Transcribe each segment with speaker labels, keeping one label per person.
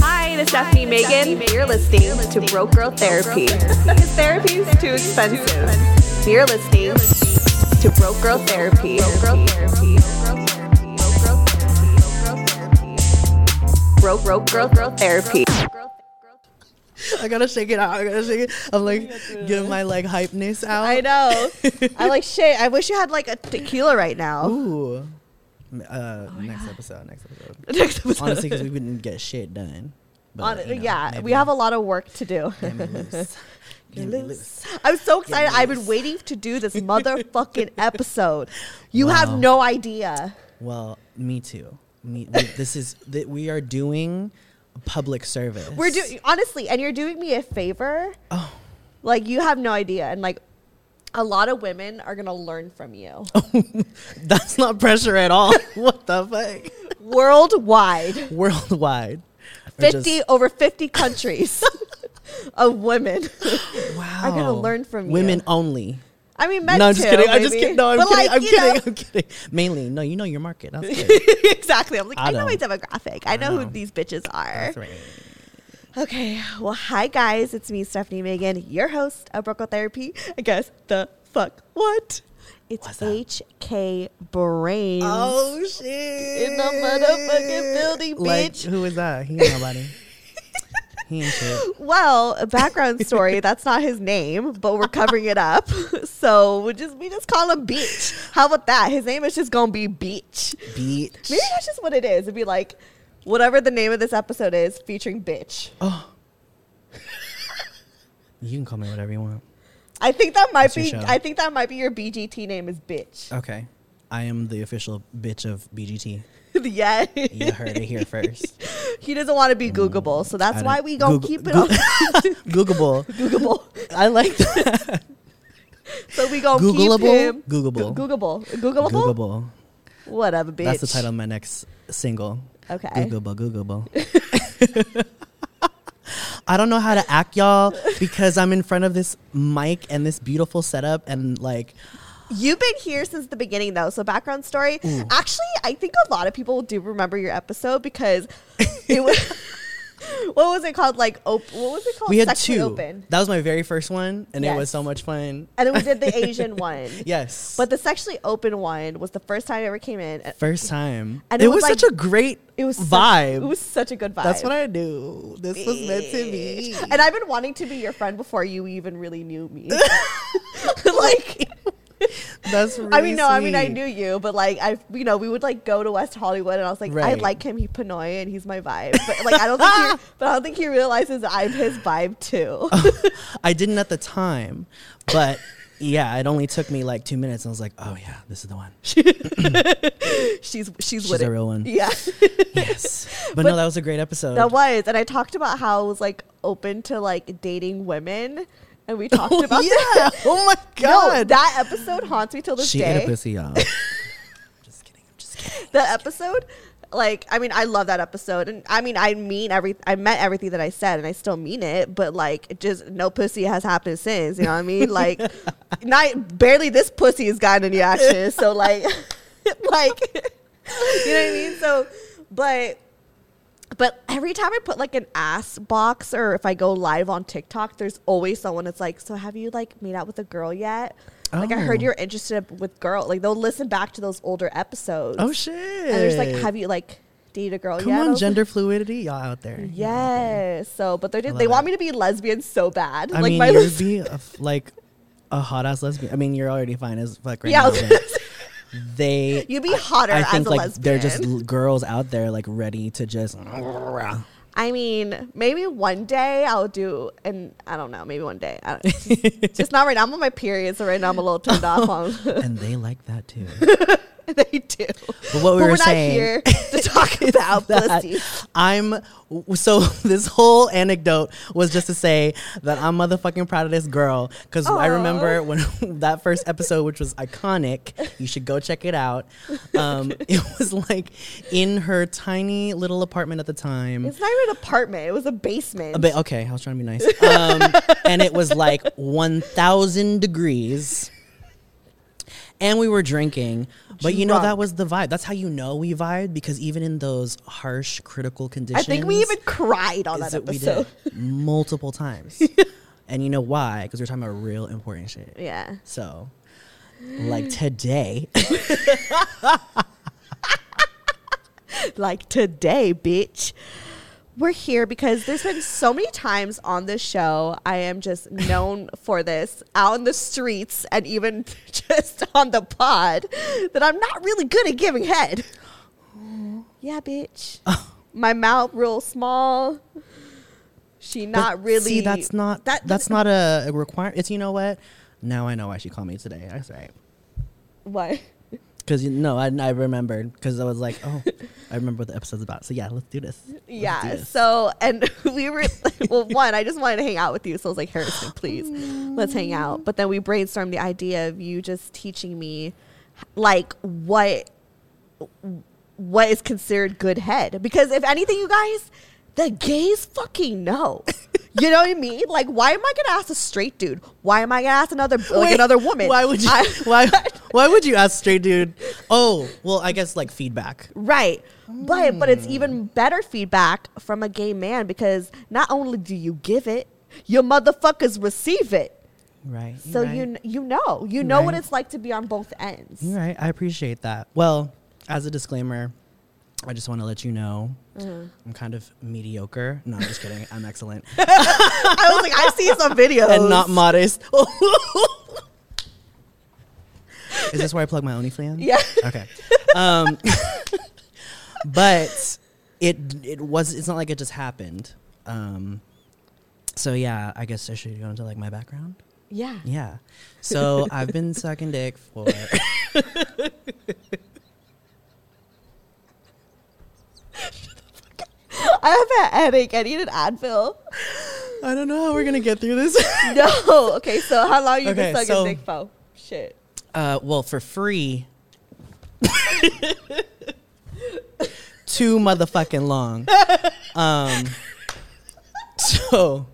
Speaker 1: Hi, this is Stephanie Megan. You're listening to Broke Girl Therapy. Because therapy is too expensive. You're listening to Broke Girl Therapy. Broke, broke girl, girl therapy.
Speaker 2: I gotta shake it out. I gotta shake it. I'm like getting my like hypeness out.
Speaker 3: I know. I like shit. I wish you had like a tequila right now.
Speaker 2: Ooh. Uh, next episode. Next episode. Honestly, because we wouldn't get shit done. But,
Speaker 3: On,
Speaker 2: you know,
Speaker 3: yeah, we
Speaker 2: maybe
Speaker 3: have a lot of work to do.
Speaker 2: get me loose. Get me loose.
Speaker 3: I'm so excited. I've been waiting to do this motherfucking episode. You have
Speaker 2: Wow.
Speaker 3: no idea.
Speaker 2: Well, me too. Me. we- this is that we are doing a public service.
Speaker 3: We're doing honestly, and you're doing me a favor.
Speaker 2: Oh.
Speaker 3: Like you have no idea, and like a lot of women are gonna learn from you
Speaker 2: Oh. That's not pressure at all. what the fuck?
Speaker 3: worldwide.
Speaker 2: Worldwide. Or just-
Speaker 3: Fifty over fifty countries of women.
Speaker 2: wow.
Speaker 3: are gonna learn from
Speaker 2: women
Speaker 3: you.
Speaker 2: only.
Speaker 3: I mean, men
Speaker 2: no, I'm just
Speaker 3: too,
Speaker 2: kidding. I'm just
Speaker 3: maybe.
Speaker 2: kidding. No, I'm
Speaker 3: But,
Speaker 2: kidding.
Speaker 3: like,
Speaker 2: I'm
Speaker 3: you
Speaker 2: kidding.
Speaker 3: know-
Speaker 2: I'm kidding. Mainly, no, you know your market. That's good.
Speaker 3: exactly. I'm like, I,
Speaker 2: I
Speaker 3: know my
Speaker 2: don't.
Speaker 3: demographic. I know, who
Speaker 2: know.
Speaker 3: these bitches are.
Speaker 2: That's right.
Speaker 3: Okay. Well, hi guys. It's me, Stephanie Megan, your host of Brooklyn Therapy. I guess the fuck what? It's
Speaker 2: What's Oh, that?
Speaker 3: HK Brains.
Speaker 2: shit!
Speaker 3: In the motherfucking building,
Speaker 2: Like,
Speaker 3: bitch.
Speaker 2: who is that? He ain't nobody. he ain't shit.
Speaker 3: Well, a background story. that's not his name, but we're covering it up. So we just we just call him Beach. How about that? His name is just gonna be Beach.
Speaker 2: Bitch.
Speaker 3: Maybe that's just what it is. It'd be like whatever the name of this episode is, featuring Bitch.
Speaker 2: Oh. you can call me whatever you want.
Speaker 3: I think that might
Speaker 2: That's Uh, your
Speaker 3: be.
Speaker 2: show.
Speaker 3: I think that might be your BGT name is bitch.
Speaker 2: Okay. I am the official bitch of BGT.
Speaker 3: yeah,
Speaker 2: You heard it here first.
Speaker 3: he doesn't want to be Googleable, so that's
Speaker 2: I
Speaker 3: why
Speaker 2: don't-
Speaker 3: we gonna
Speaker 2: Goog-
Speaker 3: keep it
Speaker 2: Goo-
Speaker 3: on
Speaker 2: Googleable.
Speaker 3: Googleable.
Speaker 2: I like that.
Speaker 3: So we gonna keep
Speaker 2: Googleable?
Speaker 3: him
Speaker 2: Googleable.
Speaker 3: Go- Googleable, Googleable,
Speaker 2: Googleable.
Speaker 3: Whatever, bitch.
Speaker 2: That's the title of my next single.
Speaker 3: Okay.
Speaker 2: Googleable, Googleable. I don't know how to act, y'all, because I'm in front of this mic and this beautiful setup, and like,
Speaker 3: You've been here since the beginning, though. So background story. Actually, I think a lot of people do remember your episode because it was. what was it called? Like, op- what was it called?
Speaker 2: we had
Speaker 3: Sexually
Speaker 2: two.
Speaker 3: Open.
Speaker 2: That was my very first one, and it
Speaker 3: Yes.
Speaker 2: was so much fun.
Speaker 3: And then we did the Asian one.
Speaker 2: Yes,
Speaker 3: But the sexually open one was the first time I ever came in. and
Speaker 2: first time,
Speaker 3: And
Speaker 2: it,
Speaker 3: it was
Speaker 2: was,
Speaker 3: like-
Speaker 2: such a great
Speaker 3: It was such-
Speaker 2: vibe.
Speaker 3: it was such a good vibe.
Speaker 2: That's what I do. This was meant to be.
Speaker 3: And I've been wanting to be your friend before you even really knew me. like,
Speaker 2: That's really
Speaker 3: I mean, no, I mean, I
Speaker 2: sweet.
Speaker 3: knew you, but like, I, you know, we would like go to West Hollywood, and I was like, I
Speaker 2: Right.
Speaker 3: like him. He Pinoy, and he's my vibe. But like, I don't think, he, but I don't think he realizes I'm his vibe too.
Speaker 2: I didn't at the time, but yeah, it only took me like two minutes. And I was like, oh yeah, this is the one.
Speaker 3: she's she's,
Speaker 2: She's
Speaker 3: with
Speaker 2: a
Speaker 3: it.
Speaker 2: real one.
Speaker 3: Yeah,
Speaker 2: Yes, but, no, that was a great episode.
Speaker 3: that was. And I talked about how I was like open to like dating women, and we talked
Speaker 2: Oh,
Speaker 3: about
Speaker 2: yeah.
Speaker 3: that.
Speaker 2: Oh my
Speaker 3: No,
Speaker 2: god.
Speaker 3: that episode haunts me till this
Speaker 2: she ate
Speaker 3: day.
Speaker 2: a pussy, y'all. just kidding. I'm just kidding.
Speaker 3: the episode like i mean i love that episode and i mean i mean every i meant everything that i said and i still mean it but like it just no pussy has happened since you know what i mean like not barely this pussy has gotten any action so like like you know what i mean so but but every time I put like an ass box or if I go live on TikTok, there's always someone that's like, So have you like made out with a girl yet? Like I heard
Speaker 2: Oh.
Speaker 3: you're interested with girl. Like they'll listen back to those older episodes.
Speaker 2: Oh shit.
Speaker 3: And there's like, have you like dated a girl
Speaker 2: Come
Speaker 3: yet? I
Speaker 2: on,
Speaker 3: was like,
Speaker 2: gender fluidity, y'all out there. Y'all out there.
Speaker 3: Yes. So, but they did,
Speaker 2: love
Speaker 3: they want
Speaker 2: it.
Speaker 3: me to be lesbian so bad.
Speaker 2: I
Speaker 3: like
Speaker 2: mean,
Speaker 3: my
Speaker 2: you would
Speaker 3: lesbian.
Speaker 2: be a f- like a hot ass lesbian. I mean, you're already fine as fuck right
Speaker 3: Yeah, I
Speaker 2: now.
Speaker 3: was
Speaker 2: but
Speaker 3: gonna say,
Speaker 2: They,
Speaker 3: You'd be hotter
Speaker 2: I
Speaker 3: as
Speaker 2: think
Speaker 3: a
Speaker 2: like they're just
Speaker 3: lesbian.
Speaker 2: l- girls out there like ready to just. That's
Speaker 3: I mean, maybe one day I'll do, and I don't know, maybe one day. I don't, just, just not right now. I'm on my period, so right now I'm a little turned off on.
Speaker 2: and they like that too.
Speaker 3: they do.
Speaker 2: But what we
Speaker 3: but
Speaker 2: were
Speaker 3: we're
Speaker 2: saying
Speaker 3: not here to talk about
Speaker 2: that
Speaker 3: pussy.
Speaker 2: I'm so this whole anecdote was just to say that I'm motherfucking proud of this girl because I
Speaker 3: Aw.
Speaker 2: remember when that first episode, which was iconic, you should go check it out. Um, it was like in her tiny little apartment at the time.
Speaker 3: It's not even an apartment. It was a basement.
Speaker 2: A bit- Uh, okay, I was trying to be nice. Um, and it was like 1,000 degrees. And we were drinking. But you know, that
Speaker 3: Drunk.
Speaker 2: was the vibe. That's how you know we vibed because even in those harsh, critical conditions.
Speaker 3: I think we even cried on that
Speaker 2: is that we
Speaker 3: episode.
Speaker 2: did multiple times. and you know why? Because we're talking about real important shit.
Speaker 3: Yeah.
Speaker 2: So, like today,
Speaker 3: like today, bitch. We're here because there's been so many times on this show. I am just known for this out in the streets and even just on the pod that I'm not really good at giving head. Yeah, bitch. My mouth real small. She not
Speaker 2: But
Speaker 3: really.
Speaker 2: See, that's not
Speaker 3: that-
Speaker 2: that's not a, a requirement. It's you know what? Now I know why she called me today. That's right.
Speaker 3: what.
Speaker 2: Because you know, I, I remembered because I was like, oh, I remember what the episode's about. So yeah, let's do this. Let's do
Speaker 3: Yeah.
Speaker 2: this.
Speaker 3: So, and we were, well, one, I just wanted to hang out with you. So I was like, Harrison, please, let's hang out. But then we brainstormed the idea of you just teaching me, like, what what is considered good head. Because if anything, you guys, the gays fucking know. You know what I mean? Like, why am I gonna ask a straight dude? Why am I gonna ask another like
Speaker 2: Wait,
Speaker 3: another woman?
Speaker 2: Why would you?
Speaker 3: I-
Speaker 2: why? Why would you ask straight dude? Oh, well, I guess like feedback.
Speaker 3: Right. But but it's
Speaker 2: Hmm.
Speaker 3: even better feedback from a gay man because not only do you give it, your motherfuckers receive it.
Speaker 2: Right.
Speaker 3: So
Speaker 2: right.
Speaker 3: you kn- you know you know what
Speaker 2: Right.
Speaker 3: it's like to be on both ends.
Speaker 2: All right, I appreciate that. Well, as a disclaimer, I just want to let you know
Speaker 3: Mm-hmm.
Speaker 2: I'm kind of mediocre. No, I'm just kidding. I'm excellent
Speaker 3: I was like, I see some videos
Speaker 2: and not modest. Oh, Is this where I plug my OnlyFans?
Speaker 3: Yeah.
Speaker 2: Okay. Um, but it it was it's not like it just happened. Um, so yeah, I guess I should go into like my background.
Speaker 3: yeah.
Speaker 2: Yeah. So I've been sucking dick for.
Speaker 3: I have a headache. I need an Advil.
Speaker 2: I don't know how we're gonna get through this.
Speaker 3: No. Okay. So how long you
Speaker 2: Okay,
Speaker 3: been sucking
Speaker 2: so-
Speaker 3: dick for? Shit.
Speaker 2: Uh, well, for free. Too motherfucking long. Um, so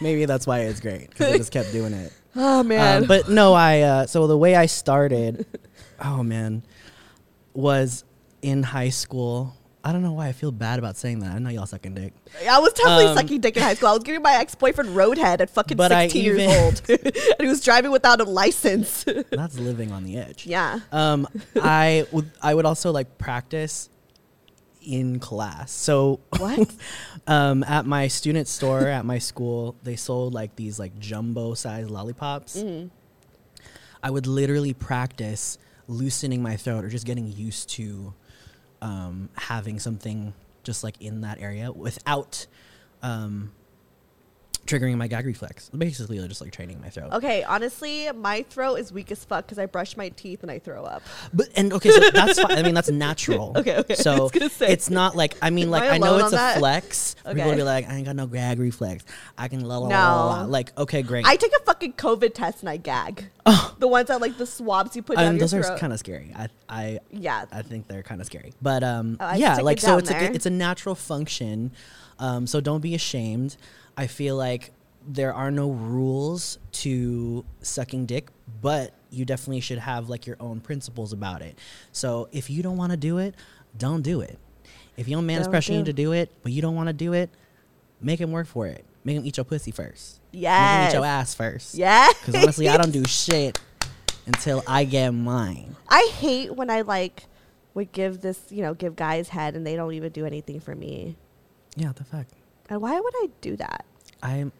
Speaker 2: maybe that's why it's great because I just kept doing it.
Speaker 3: Oh man.
Speaker 2: Um, but no, I uh, so the way I started, oh man, was in high school. I don't know why I feel bad about saying that. I know y'all sucking dick.
Speaker 3: I was definitely
Speaker 2: um,
Speaker 3: sucking dick in high school. I was giving my ex boyfriend roadhead at fucking
Speaker 2: But I
Speaker 3: sixteen years
Speaker 2: even-
Speaker 3: old, and he was driving without a license.
Speaker 2: That's living on the edge.
Speaker 3: yeah.
Speaker 2: um, I would I would also like practice in class. So
Speaker 3: What?
Speaker 2: um, at my student store at my school, they sold like these like jumbo size lollipops. I would literally practice loosening my throat or just getting used to um, having something just like in that area without um, triggering my gag reflex. Basically, just like training my throat.
Speaker 3: Okay, honestly, my throat is weak as fuck because I brush my teeth and I throw up.
Speaker 2: But and okay, so that's fine. I mean, that's natural.
Speaker 3: Okay, okay. I
Speaker 2: So
Speaker 3: was gonna say.
Speaker 2: it's not like I mean,
Speaker 3: Am
Speaker 2: like
Speaker 3: I
Speaker 2: I, know
Speaker 3: alone
Speaker 2: it's
Speaker 3: on
Speaker 2: a
Speaker 3: that?
Speaker 2: flex. People will
Speaker 3: Okay.
Speaker 2: be like, I ain't got no gag reflex. I can la la la la. la."
Speaker 3: No.
Speaker 2: Like okay, great.
Speaker 3: I take a fucking COVID test and I gag. The ones that like the swabs you put
Speaker 2: I
Speaker 3: down
Speaker 2: mean,
Speaker 3: your
Speaker 2: Oh. those are
Speaker 3: throat.
Speaker 2: kind of scary. I I
Speaker 3: Yeah.
Speaker 2: I think they're kind of scary. But um,
Speaker 3: Oh, I
Speaker 2: yeah,
Speaker 3: stick
Speaker 2: like
Speaker 3: it
Speaker 2: so,
Speaker 3: down
Speaker 2: it's like
Speaker 3: there.
Speaker 2: a, it's a natural function. Um, so don't be ashamed. I feel like there are no rules to sucking dick, but you definitely should have like your own principles about it. So if you don't want to do it, don't do it. If your man is
Speaker 3: Don't
Speaker 2: pressuring you
Speaker 3: do-
Speaker 2: to do it, but you don't want to do it, make him work for it. Make him eat your pussy first. Make him
Speaker 3: Yes.
Speaker 2: eat your ass first.
Speaker 3: Yes.
Speaker 2: Because honestly, I don't do shit until I get mine.
Speaker 3: I hate when I like would give this, you know, give guys head and they don't even do anything for me.
Speaker 2: Yeah, what the fuck.
Speaker 3: And why would I do that?
Speaker 2: I'm,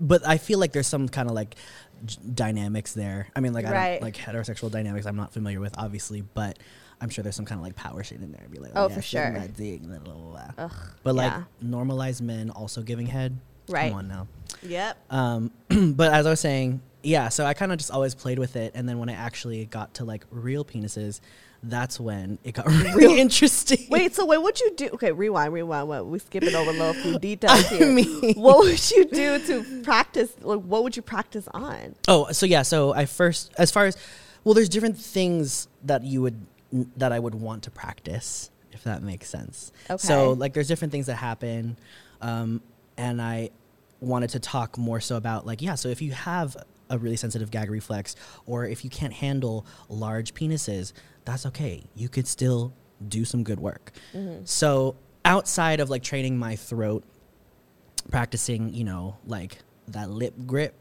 Speaker 2: but I feel like there's some kind of like j- dynamics there. I mean, like I
Speaker 3: Right.
Speaker 2: don't, like heterosexual dynamics. I'm not familiar with, obviously, but I'm sure there's some kind of like power shit in there. Be like,
Speaker 3: Oh,
Speaker 2: yeah,
Speaker 3: for
Speaker 2: shit in
Speaker 3: sure.
Speaker 2: my dick, blah, blah, blah, blah.
Speaker 3: Ugh,
Speaker 2: But like
Speaker 3: yeah.
Speaker 2: normalized men also giving head.
Speaker 3: Right.
Speaker 2: Come on now.
Speaker 3: Yep.
Speaker 2: Um, but as I was saying, yeah, so I kind of just always played with it. And then when I actually got to like real penises, that's when it got really interesting.
Speaker 3: Wait, so wait, what'd you do? Okay, rewind, rewind. What we skipping over a little few details
Speaker 2: I
Speaker 3: here.
Speaker 2: mean-
Speaker 3: what would you do to practice? Like, what would you practice on?
Speaker 2: Oh, so yeah, so I first, as far as, well, there's different things that you would, that I would want to practice, if that makes sense. So,
Speaker 3: Okay.
Speaker 2: like, there's different things that happen. Um, and I wanted to talk more so about, like, yeah, so if you have a really sensitive gag reflex or if you can't handle large penises, that's okay. You could still do some good work. So, outside of like training my throat, practicing, you know, like that lip grip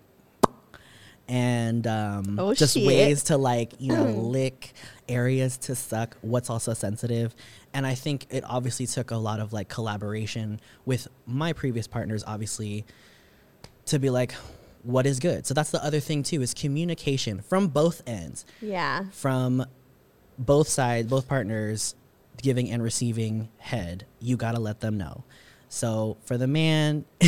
Speaker 2: and um,
Speaker 3: Oh,
Speaker 2: just
Speaker 3: shit.
Speaker 2: ways to like, you know, lick areas to suck what's also sensitive. And I think it obviously took a lot of like collaboration with my previous partners, obviously, to be like, what is good? So that's the other thing too is communication from both ends
Speaker 3: Yeah.
Speaker 2: from both sides, both partners, giving and receiving head, you gotta let them know. So for the man,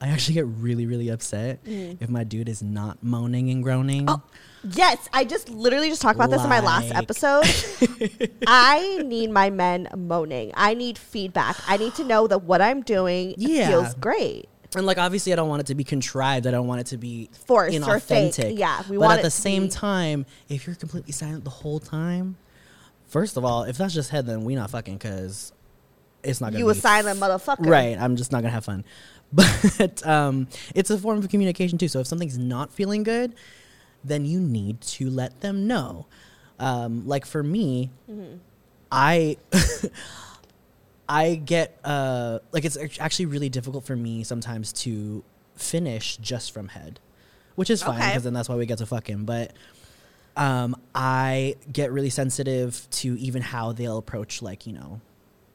Speaker 2: I actually get really, really upset if my dude is not moaning and groaning.
Speaker 3: Mm. Oh, yes, I just literally just talked about this in my last
Speaker 2: Like-
Speaker 3: episode. I need my men moaning. I need feedback. I need to know that what I'm doing
Speaker 2: Yeah.
Speaker 3: feels great.
Speaker 2: And like obviously, I don't want it to be contrived. I don't want it to be
Speaker 3: Forced or fake.
Speaker 2: inauthentic.
Speaker 3: Yeah, we
Speaker 2: but
Speaker 3: want
Speaker 2: at
Speaker 3: it
Speaker 2: the
Speaker 3: to
Speaker 2: same
Speaker 3: be-
Speaker 2: time, if you're completely silent the whole time, first of all, if that's just head, then we not fucking because it's not gonna
Speaker 3: You a
Speaker 2: be
Speaker 3: silent motherfucker.
Speaker 2: Right. I'm just not gonna have fun. But um, it's a form of communication too. So if something's not feeling good, then you need to let them know. Um, like for me, I I get uh, like it's act- actually really difficult for me sometimes to finish just from head, which is fine
Speaker 3: Okay.
Speaker 2: because then that's why we get to fucking. But um, I get really sensitive to even how they'll approach like you know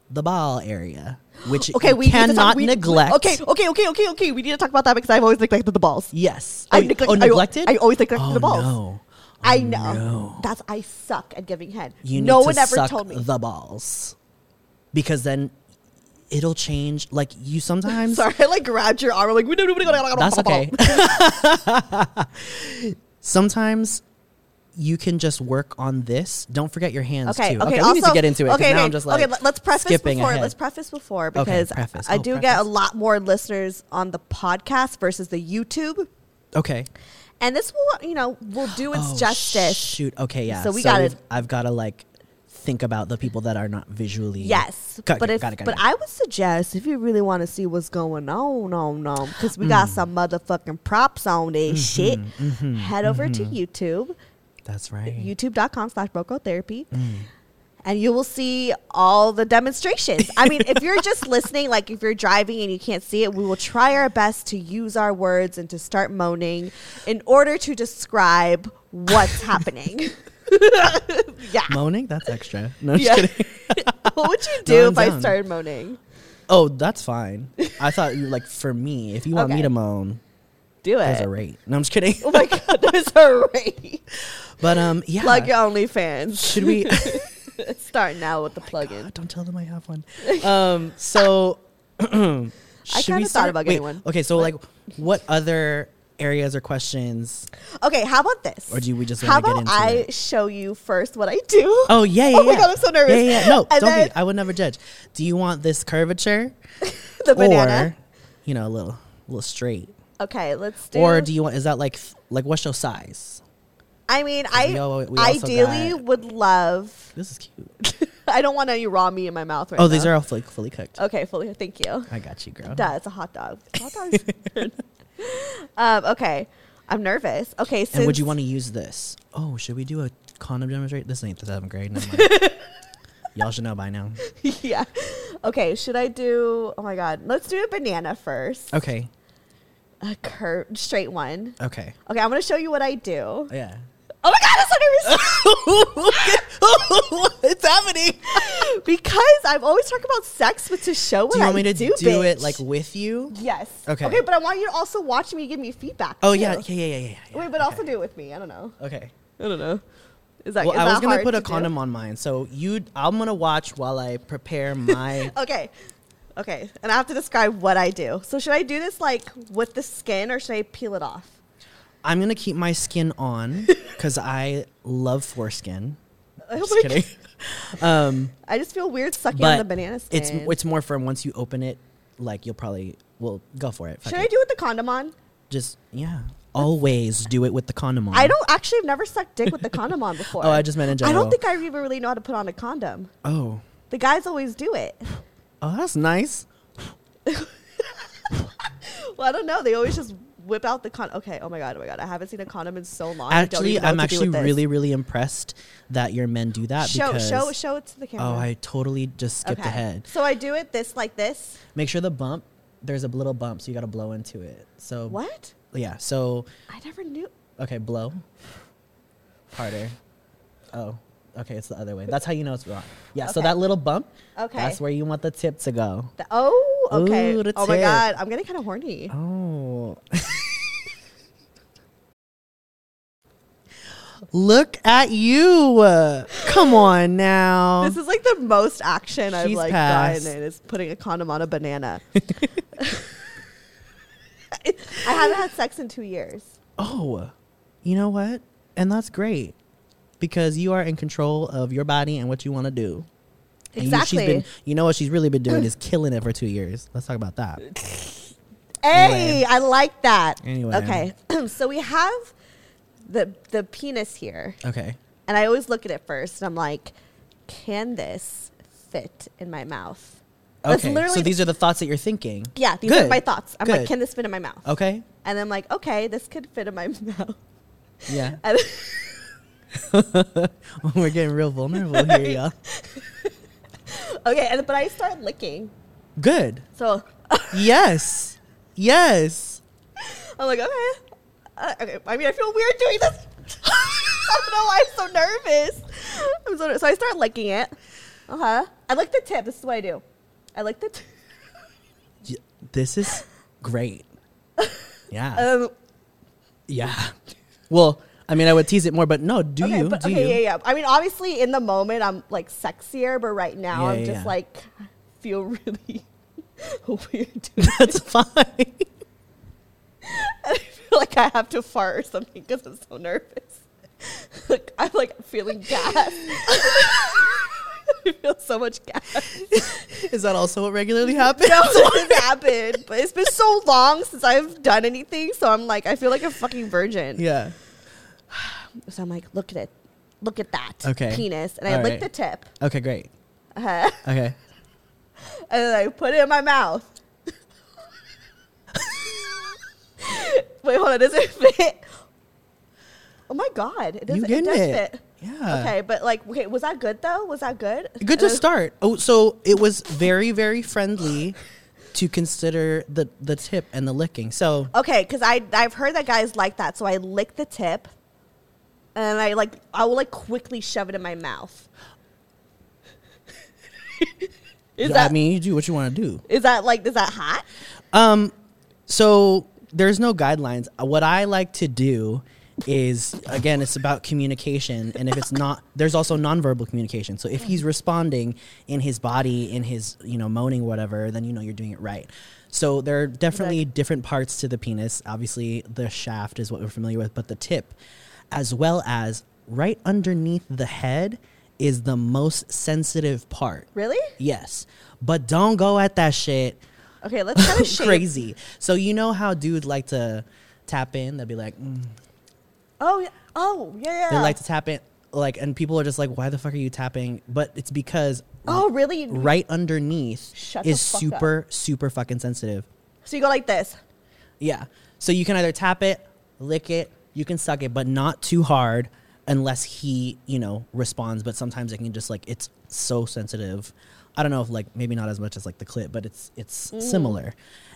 Speaker 2: the ball area, which
Speaker 3: Okay, we need to talk-
Speaker 2: cannot
Speaker 3: we- we-
Speaker 2: neglect.
Speaker 3: Okay, okay, okay, okay, okay. We need to talk about that because I've always neglected the balls.
Speaker 2: Yes.
Speaker 3: I
Speaker 2: oh,
Speaker 3: neglect-
Speaker 2: oh,
Speaker 3: I al-
Speaker 2: neglected.
Speaker 3: I always neglected
Speaker 2: oh,
Speaker 3: the balls.
Speaker 2: No.
Speaker 3: I
Speaker 2: Oh,
Speaker 3: know.
Speaker 2: no.
Speaker 3: That's I suck at giving head.
Speaker 2: you
Speaker 3: no
Speaker 2: need
Speaker 3: one
Speaker 2: to
Speaker 3: ever
Speaker 2: suck
Speaker 3: told me.
Speaker 2: the balls because then it'll change like you sometimes
Speaker 3: Sorry, I like grabbed your arm. I'm like we don't we don't- we don't.
Speaker 2: that's okay sometimes you can just work on this don't forget your hands
Speaker 3: Okay.
Speaker 2: too
Speaker 3: Okay.
Speaker 2: we
Speaker 3: also,
Speaker 2: need to get into it 'cause
Speaker 3: Okay.
Speaker 2: now
Speaker 3: okay,
Speaker 2: i'm just like
Speaker 3: okay. let- Let's preface
Speaker 2: skipping
Speaker 3: before.
Speaker 2: ahead.
Speaker 3: Let's preface before because
Speaker 2: preface.
Speaker 3: I
Speaker 2: Oh,
Speaker 3: do get a
Speaker 2: preface.
Speaker 3: lot more listeners on the podcast versus the YouTube,
Speaker 2: okay
Speaker 3: and this will you know will do its
Speaker 2: Oh,
Speaker 3: justice.
Speaker 2: shoot okay yeah
Speaker 3: So we gotta-
Speaker 2: we've- i've gotta like think about the people that are not visually
Speaker 3: Yes,
Speaker 2: Got
Speaker 3: but
Speaker 2: it,
Speaker 3: if
Speaker 2: got it, got it,
Speaker 3: but
Speaker 2: got it.
Speaker 3: I would suggest if you really want to see what's going on on on because we
Speaker 2: Mm.
Speaker 3: got some motherfucking props on
Speaker 2: Mm-hmm,
Speaker 3: this shit, head over to YouTube,
Speaker 2: that's right
Speaker 3: youtube.com slash brocotherapy.
Speaker 2: Mm.
Speaker 3: And you will see all the demonstrations. I mean, if you're just listening, like if you're driving and you can't see it, we will try our best to use our words and to start moaning in order to describe what's happening. yeah.
Speaker 2: moaning that's extra no I'm just
Speaker 3: Yeah.
Speaker 2: kidding
Speaker 3: what would you do
Speaker 2: I'm
Speaker 3: if I
Speaker 2: down.
Speaker 3: started moaning?
Speaker 2: Oh, that's fine. I thought you like for me, if you want
Speaker 3: Okay. Uh,
Speaker 2: me to moan,
Speaker 3: Do
Speaker 2: there's
Speaker 3: it.
Speaker 2: a rate. No, I'm just kidding.
Speaker 3: Oh my god, there's a rate.
Speaker 2: But um, yeah.
Speaker 3: Plug your OnlyFans.
Speaker 2: should we?
Speaker 3: Start now with the plug-in.
Speaker 2: Oh God, don't tell them I have one. Um, so should
Speaker 3: kinda
Speaker 2: we
Speaker 3: thought
Speaker 2: start-
Speaker 3: about
Speaker 2: wait,
Speaker 3: getting one.
Speaker 2: Okay, so like, what other areas or questions?
Speaker 3: Okay, how about this?
Speaker 2: Or do we just
Speaker 3: How
Speaker 2: wanna get
Speaker 3: about
Speaker 2: into
Speaker 3: I
Speaker 2: it?
Speaker 3: show you first what I do?
Speaker 2: Oh yeah, yeah.
Speaker 3: Oh my
Speaker 2: yeah.
Speaker 3: God, I'm so nervous.
Speaker 2: Yeah, yeah. yeah. No,
Speaker 3: And
Speaker 2: don't
Speaker 3: then-
Speaker 2: be. I would never judge. Do you want this curvature
Speaker 3: the
Speaker 2: or
Speaker 3: banana.
Speaker 2: you know a little, a little straight?
Speaker 3: Okay, let's do.
Speaker 2: Or do you want? Is that like th- like what's your size?
Speaker 3: I mean, I
Speaker 2: we al- we also
Speaker 3: ideally
Speaker 2: got-
Speaker 3: would love.
Speaker 2: This is cute.
Speaker 3: I don't want any raw meat in my mouth right now.
Speaker 2: Oh, these are all fully, fully cooked.
Speaker 3: Okay, fully. Thank you.
Speaker 2: I got you, girl.
Speaker 3: Duh, it's a hot dog. Hot dogs. um, okay, I'm nervous. Okay,
Speaker 2: And would
Speaker 3: since-
Speaker 2: you want to use this? Oh, should we do a condom demonstration? This ain't the seventh grade. Never mind. Y'all should know by now.
Speaker 3: yeah. Okay, should I do? Oh my god, let's do a banana first.
Speaker 2: Okay.
Speaker 3: A curved, straight one.
Speaker 2: Okay.
Speaker 3: Okay, I'm gonna show you what I do.
Speaker 2: Yeah.
Speaker 3: Oh my god, I'm so nervous
Speaker 2: it's happening.
Speaker 3: because I've always talked about sex, but to show what
Speaker 2: Do you want
Speaker 3: I
Speaker 2: me to
Speaker 3: do,
Speaker 2: do, it
Speaker 3: bitch.
Speaker 2: like with you?
Speaker 3: yes.
Speaker 2: Okay.
Speaker 3: Okay, but I want you to also watch me, give me feedback.
Speaker 2: Oh
Speaker 3: too.
Speaker 2: yeah, yeah, yeah, yeah, yeah. yeah.
Speaker 3: Wait, but also do it with me. I don't know.
Speaker 2: Okay.
Speaker 3: I don't know. Is that?
Speaker 2: Well,
Speaker 3: is
Speaker 2: I was
Speaker 3: that
Speaker 2: gonna
Speaker 3: hard
Speaker 2: put
Speaker 3: to
Speaker 2: a
Speaker 3: do?
Speaker 2: condom on mine, so you. I'm gonna watch while I prepare my.
Speaker 3: Okay. Okay, and I have to describe what I do. So should I do this like with the skin, or should I peel it off?
Speaker 2: I'm gonna keep my skin on because I love foreskin. Just
Speaker 3: Oh my
Speaker 2: kidding. Um,
Speaker 3: I just feel weird sucking on
Speaker 2: but
Speaker 3: the banana skin.
Speaker 2: it's it's more for once you open it, like you'll probably well go for it. Fuck
Speaker 3: Should I
Speaker 2: it.
Speaker 3: do it with the condom on?
Speaker 2: Just yeah. Always do it with the condom on.
Speaker 3: I don't actually have never sucked dick with the condom on before.
Speaker 2: Oh, I just meant in
Speaker 3: I
Speaker 2: general.
Speaker 3: don't think I even really know how to put on a condom.
Speaker 2: Oh,
Speaker 3: The guys always do it.
Speaker 2: oh, that's nice.
Speaker 3: Well, I don't know. They always just whip out the condom. Okay. Oh my god. Oh my god. I haven't seen a condom in so long. I don't
Speaker 2: Actually,
Speaker 3: even know
Speaker 2: I'm
Speaker 3: what to do
Speaker 2: actually
Speaker 3: with this.
Speaker 2: really really impressed that your men do that
Speaker 3: show
Speaker 2: because
Speaker 3: show show it to the camera.
Speaker 2: oh, I totally just skipped
Speaker 3: okay.
Speaker 2: ahead.
Speaker 3: So I do it this like this.
Speaker 2: Make sure the bump. There's a little bump, so you got to blow into it. So
Speaker 3: What?
Speaker 2: Yeah. So
Speaker 3: I never knew.
Speaker 2: okay, blow. Harder. Oh, okay. It's the other way. That's how you know it's wrong. Yeah. So
Speaker 3: Okay.
Speaker 2: that little bump.
Speaker 3: Okay.
Speaker 2: That's where you want the tip to go.
Speaker 3: The, oh, okay.
Speaker 2: Ooh, the
Speaker 3: oh my
Speaker 2: tip.
Speaker 3: god. I'm getting kind of horny.
Speaker 2: Oh. Look at you. Come on now.
Speaker 3: This is like the most action I've
Speaker 2: She's
Speaker 3: like
Speaker 2: passed.
Speaker 3: gotten in is putting a condom on a banana. I haven't had sex in two years.
Speaker 2: oh, you know what? And that's great because you are in control of your body and what you want to do. And you- she's been,
Speaker 3: Exactly.
Speaker 2: you know what she's really been doing is killing it for two years. Let's talk about that.
Speaker 3: Hey, I like that.
Speaker 2: Anyway.
Speaker 3: Okay. so we have the the penis here.
Speaker 2: Okay.
Speaker 3: And I always look at it first and I'm like, can this fit in my mouth? That's
Speaker 2: Okay.
Speaker 3: literally
Speaker 2: So these are the thoughts that you're thinking.
Speaker 3: yeah, these are
Speaker 2: Good.
Speaker 3: my thoughts. I'm like,
Speaker 2: Good.
Speaker 3: can this fit in my mouth?
Speaker 2: Okay.
Speaker 3: And I'm like, okay, this could fit in my mouth.
Speaker 2: Yeah.
Speaker 3: And
Speaker 2: We're getting real vulnerable here, y'all.
Speaker 3: okay, and but I start licking.
Speaker 2: Good.
Speaker 3: So
Speaker 2: Yes. Yes.
Speaker 3: I'm like, okay. Uh, okay. I mean, I feel weird doing this. I don't know why I'm so nervous. I'm so, ner- so I start licking it. Uh huh. I lick the tip. This is what I do. I lick the tip.
Speaker 2: Y- This is great. Yeah.
Speaker 3: Um,
Speaker 2: yeah. Well, I mean, I would tease it more, but no, do
Speaker 3: okay,
Speaker 2: you?
Speaker 3: but,
Speaker 2: do
Speaker 3: okay,
Speaker 2: you?
Speaker 3: yeah, yeah. I mean, obviously, in the moment, I'm like sexier, but right now,
Speaker 2: Yeah,
Speaker 3: I'm
Speaker 2: yeah,
Speaker 3: just
Speaker 2: yeah.
Speaker 3: like feel really weird. Doing
Speaker 2: That's fine.
Speaker 3: I feel like I have to fart or something because I'm so nervous. Like I'm like feeling gas. I feel so much gas.
Speaker 2: Is that also what regularly happens?
Speaker 3: No, it didn't happen. But it's been so long since I've done anything, so I'm like, I feel like a fucking virgin.
Speaker 2: Yeah.
Speaker 3: So I'm like, look at it, look at that
Speaker 2: Okay.
Speaker 3: penis, and I
Speaker 2: All
Speaker 3: lick
Speaker 2: right.
Speaker 3: the tip,
Speaker 2: Okay, great.
Speaker 3: uh,
Speaker 2: Okay.
Speaker 3: and then I put it in my mouth. Wait, hold on, does it fit? Oh my god, it does.
Speaker 2: You getting
Speaker 3: it? Does
Speaker 2: it.
Speaker 3: fit.
Speaker 2: Yeah.
Speaker 3: Okay, but like, wait, was that good though? Was that good?
Speaker 2: Good to
Speaker 3: Uh,
Speaker 2: start. Oh, so it was very, very friendly to consider the, the tip and the licking. So,
Speaker 3: Okay, because I I've heard that guys like that, so I lick the tip, and I like I will like quickly shove it in my mouth. is
Speaker 2: I
Speaker 3: that
Speaker 2: mean, you do what you want to do.
Speaker 3: is that like is that hot?
Speaker 2: so there's no guidelines. Uh, What I like to do is again, it's about communication, and if it's not, there's also nonverbal communication. So if he's responding in his body, in his you know moaning, whatever, then you know you're doing it right. So there are definitely different parts to the penis. Obviously, the shaft is what we're familiar with, but the tip, as well as right underneath the head, is the most sensitive part.
Speaker 3: Really?
Speaker 2: Yes, but don't go at that shit
Speaker 3: Okay, let's kind of shape.
Speaker 2: crazy. So you know how dudes like to tap in? They'd be like, mm.
Speaker 3: Oh yeah. Oh yeah.
Speaker 2: they like to tap in, like, and people are just like, "Why the fuck are you tapping?" But it's because
Speaker 3: oh really?
Speaker 2: right underneath
Speaker 3: Shut the
Speaker 2: is
Speaker 3: fuck up.
Speaker 2: super, super fucking sensitive.
Speaker 3: So you go like this.
Speaker 2: Yeah. So you can either tap it, lick it, you can suck it, but not too hard unless he, you know, responds. But sometimes it can just like it's so sensitive. I don't know if like maybe not as much as like the clit, but it's it's similar.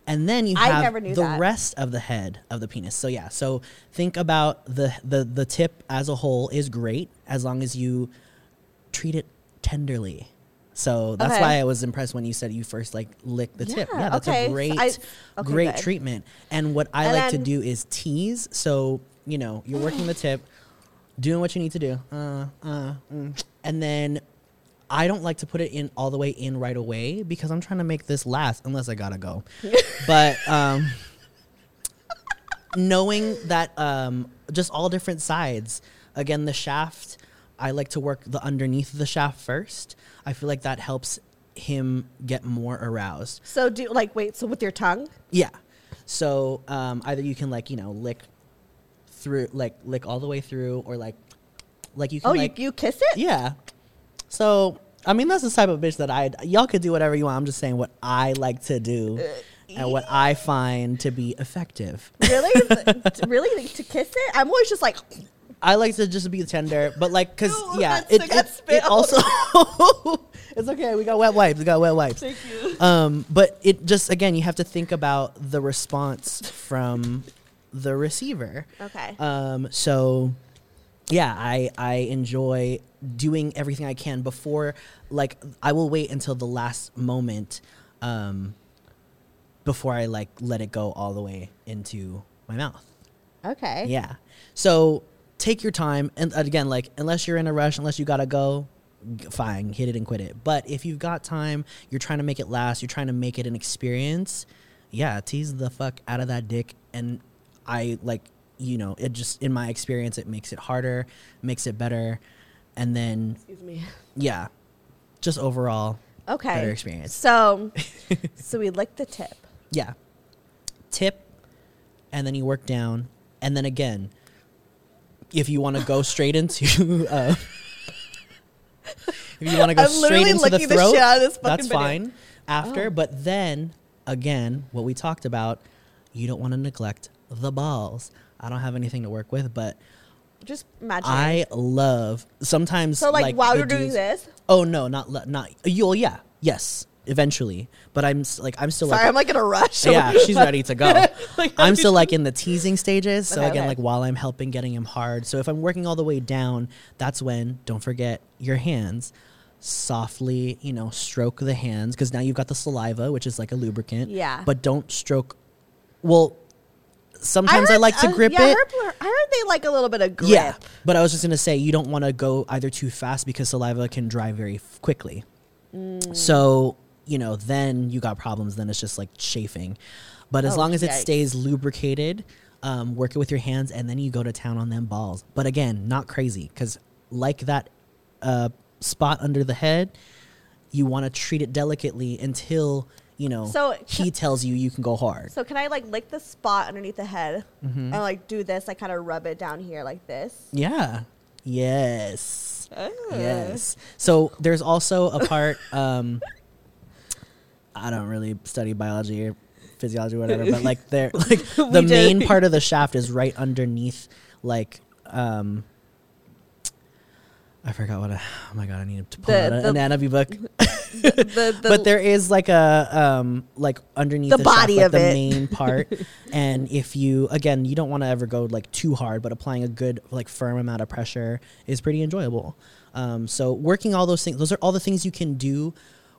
Speaker 2: And then you
Speaker 3: Mm. I
Speaker 2: have
Speaker 3: never knew
Speaker 2: the
Speaker 3: that.
Speaker 2: rest of the head of the penis. So yeah, so think about the the the tip as a whole is great as long as you treat it tenderly. So that's
Speaker 3: Okay.
Speaker 2: why I was impressed when you said you first like licked the tip.
Speaker 3: Yeah,
Speaker 2: Yeah, that's
Speaker 3: okay.
Speaker 2: a
Speaker 3: So
Speaker 2: great,
Speaker 3: I- okay,
Speaker 2: great
Speaker 3: good.
Speaker 2: treatment treatment. And what I
Speaker 3: And
Speaker 2: like to
Speaker 3: then-
Speaker 2: do is tease. So, you know, you're working the tip, doing what you need to do. Uh, uh, mm. And then I don't like to put it in all the way in right away because I'm trying to make this last unless I gotta go. but um, knowing that um, just all different sides, again, the shaft, I like to work the underneath the shaft first. I feel like that helps him get more aroused.
Speaker 3: So do like wait. So with your tongue,
Speaker 2: Yeah. So um, either you can like you know lick through like lick all the way through, or like like you can
Speaker 3: oh,
Speaker 2: like
Speaker 3: you, you kiss it.
Speaker 2: yeah. So I mean that's the type of bitch that I y'all could do whatever you want. I'm just saying what I like to do and what I find to be effective.
Speaker 3: Really, Th- really Like, to kiss it. I'm always just like
Speaker 2: I like to just be tender, but like, cause
Speaker 3: Ew,
Speaker 2: yeah,
Speaker 3: that's
Speaker 2: it,
Speaker 3: like
Speaker 2: it,
Speaker 3: a
Speaker 2: it
Speaker 3: spill.
Speaker 2: also it's okay. We got wet wipes. We got wet wipes. Thank you. Um, but it just again, you have to think about the response from the receiver.
Speaker 3: okay.
Speaker 2: Um, so yeah, I I enjoy doing everything I can before like I will wait until the last moment um before I like let it go all the way into my mouth.
Speaker 3: okay.
Speaker 2: Yeah. So take your time and again like unless you're in a rush, unless you got to go, g- fine, hit it and quit it. But if you've got time, you're trying to make it last, you're trying to make it an experience, yeah, tease the fuck out of that dick and I like, you know, it just in my experience it makes it harder, makes it better and then
Speaker 3: Excuse me.
Speaker 2: yeah, just overall
Speaker 3: Okay.
Speaker 2: better experience.
Speaker 3: So, so we lick the tip.
Speaker 2: Yeah. Tip, and then you work down, and then again, if you want to go straight into, uh, if you want to go
Speaker 3: I'm
Speaker 2: straight
Speaker 3: literally
Speaker 2: into the
Speaker 3: licking the
Speaker 2: throat,
Speaker 3: shit out of this fucking
Speaker 2: that's
Speaker 3: video. Oh.
Speaker 2: fine. After, but then again, what we talked about, you don't want to neglect the balls. I don't have anything to work with, but
Speaker 3: Just imagine.
Speaker 2: I love sometimes.
Speaker 3: so like, while
Speaker 2: the
Speaker 3: you're doing
Speaker 2: dudes-
Speaker 3: this,
Speaker 2: Oh no, not le- not you'll yeah yes eventually, but I'm s- like I'm still
Speaker 3: sorry,
Speaker 2: like
Speaker 3: I'm like in a rush.
Speaker 2: yeah, she's ready to go. I'm still like in the teasing stages. So
Speaker 3: Okay,
Speaker 2: again,
Speaker 3: okay.
Speaker 2: like while I'm helping getting him hard. So if I'm working all the way down, that's when don't forget your hands. Softly, you know, stroke the hands because now you've got the saliva, which is like a lubricant.
Speaker 3: Yeah.
Speaker 2: But don't stroke. Well, sometimes I,
Speaker 3: heard-
Speaker 2: like to
Speaker 3: uh,
Speaker 2: grip
Speaker 3: yeah, I
Speaker 2: it.
Speaker 3: heard, I heard they like a little bit of grip.
Speaker 2: Yeah, but I was just gonna say you don't want to go either too fast because saliva can dry very f- quickly.
Speaker 3: Mm.
Speaker 2: So you know, then you got problems. Then it's just like chafing. But as
Speaker 3: Oh,
Speaker 2: long as it
Speaker 3: yikes.
Speaker 2: stays lubricated, um, work it with your hands, and then you go to town on them balls. But again, not crazy because like that uh, spot under the head, you want to treat it delicately until you know
Speaker 3: So-
Speaker 2: he tells you you can go hard.
Speaker 3: So can I like lick the spot underneath the head
Speaker 2: Mm-hmm.
Speaker 3: and like do this? Like kind of rub it down here like this.
Speaker 2: Yeah. Yes.
Speaker 3: Oh.
Speaker 2: Yes. So there's also a part. Um, I don't really study biology or physiology or whatever, but like there, like the
Speaker 3: We
Speaker 2: main
Speaker 3: did.
Speaker 2: part of the shaft is right underneath. Like, um, I forgot what. I, oh my god, I need to pull
Speaker 3: The-
Speaker 2: out a-
Speaker 3: the-
Speaker 2: an anatomy book.
Speaker 3: The, the
Speaker 2: but there is like a um, like underneath
Speaker 3: The
Speaker 2: the, shaft,
Speaker 3: body
Speaker 2: like
Speaker 3: of
Speaker 2: the
Speaker 3: it.
Speaker 2: main part, and if you again, you don't want to ever go like too hard, but applying a good like firm amount of pressure is pretty enjoyable. Um, so working all those things, those are all the things you can do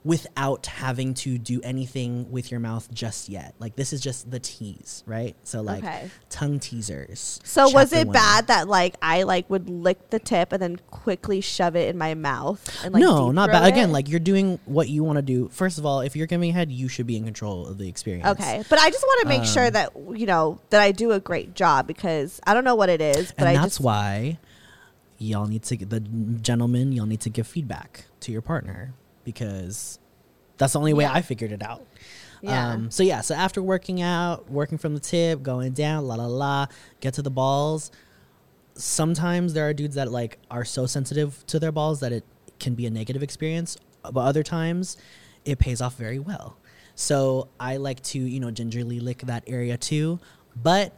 Speaker 2: without having to do anything with your mouth just yet. Like this is just the tease, right? So like
Speaker 3: Okay.
Speaker 2: tongue teasers.
Speaker 3: So was
Speaker 2: chapter
Speaker 3: it
Speaker 2: one.
Speaker 3: bad that like I like would lick the tip and then quickly shove it in my mouth and like
Speaker 2: no,
Speaker 3: deep
Speaker 2: not
Speaker 3: throat
Speaker 2: bad. Again,
Speaker 3: it?
Speaker 2: like you're doing what you want to do. First of all, if you're giving head, you should be in control of the experience.
Speaker 3: okay, but I just want to make
Speaker 2: um,
Speaker 3: sure that you know that I do a great job because I don't know what it is, but
Speaker 2: and
Speaker 3: I
Speaker 2: that's
Speaker 3: just
Speaker 2: why y'all need to the gentlemen y'all need to give feedback to your partner because that's the only way I figured it out.
Speaker 3: Yeah.
Speaker 2: Um, so yeah, so after working out, working from the tip, going down, la la la, get to the balls. Sometimes there are dudes that like are so sensitive to their balls that it can be a negative experience, but other times it pays off very well. So I like to, you know, gingerly lick that area too, but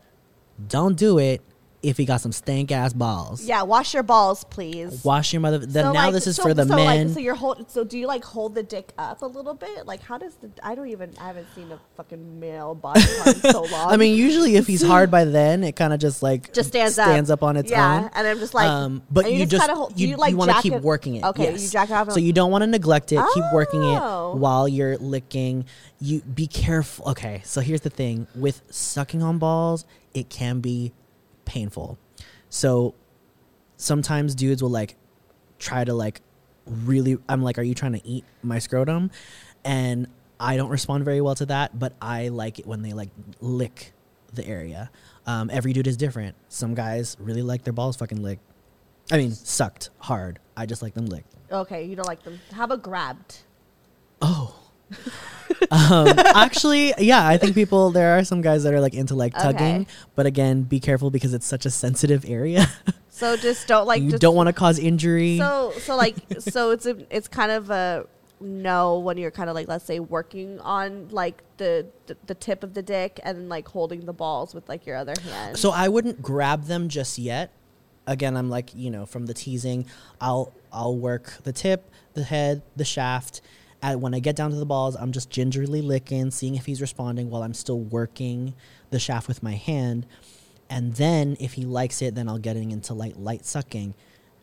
Speaker 2: don't do it if he got some stank ass balls.
Speaker 3: yeah, wash your balls, please.
Speaker 2: Wash your mother. Then
Speaker 3: So,
Speaker 2: now
Speaker 3: like,
Speaker 2: this is
Speaker 3: so-
Speaker 2: for the
Speaker 3: so,
Speaker 2: men.
Speaker 3: Like, so you're hold, So do you like hold the dick up a little bit? Like how does the? I don't even. I haven't seen a fucking male body part in so long.
Speaker 2: I mean, usually if he's hard by then, it kind of just like
Speaker 3: just stands, up.
Speaker 2: up on its
Speaker 3: yeah,
Speaker 2: own.
Speaker 3: and I'm just like,
Speaker 2: um, but
Speaker 3: and
Speaker 2: you, just
Speaker 3: kinda hold- do
Speaker 2: you,
Speaker 3: like
Speaker 2: want to
Speaker 3: jack
Speaker 2: keep working it.
Speaker 3: Okay,
Speaker 2: yes.
Speaker 3: you jack it off.
Speaker 2: So you don't want to neglect it. Keep working it
Speaker 3: Oh.
Speaker 2: while you're licking. You be careful. Okay, so here's the thing with sucking on balls, it can be painful. So sometimes dudes will like try to like really I'm like, are you trying to eat my scrotum? And I don't respond very well to that, but I like it when they like lick the area. Um, every dude is different. Some guys really like their balls fucking licked. I mean, sucked hard. I just like them licked.
Speaker 3: Okay, you don't like them. How about grabbed?
Speaker 2: Oh. um, actually, yeah, I think people, there are some guys that are like into like tugging,
Speaker 3: Okay.
Speaker 2: but again, be careful because it's such a sensitive area.
Speaker 3: So just don't like.
Speaker 2: you
Speaker 3: just,
Speaker 2: don't want to cause injury.
Speaker 3: So so like so it's a it's kind of a no when you're kind of like let's say working on like the the, the tip of the dick and like holding the balls with like your other hand.
Speaker 2: So I wouldn't grab them just yet. Again, I'm like, you know, from the teasing, I'll I'll work the tip, the head, the shaft. And when I get down to the balls, I'm just gingerly licking, seeing if he's responding while I'm still working the shaft with my hand. And then if he likes it, then I'll get in into light light sucking.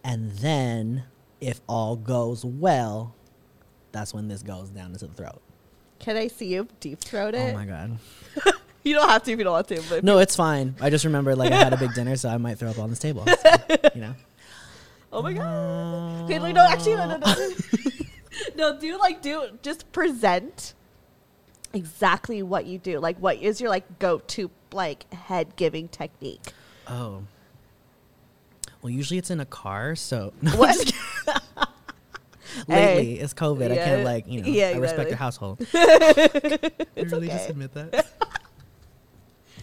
Speaker 2: And then if all goes well, that's when this goes down into the throat.
Speaker 3: Can I see you deep throat it?
Speaker 2: Oh my god.
Speaker 3: You don't have to if you don't want to, but
Speaker 2: No, it's fine. I just remember like I had a big dinner, so I might throw up on this table. So, you know.
Speaker 3: oh my god. Okay, like, no, actually, no, no, no. no, do like do just present exactly what you do. Like, what is your like go to like head giving technique?
Speaker 2: Oh. Well, usually it's in a car, so
Speaker 3: What?
Speaker 2: lately it's COVID. I
Speaker 3: Yeah.
Speaker 2: can't like you know.
Speaker 3: Yeah,
Speaker 2: I
Speaker 3: exactly.
Speaker 2: respect your household.
Speaker 3: It's
Speaker 2: really
Speaker 3: okay.
Speaker 2: just admit that.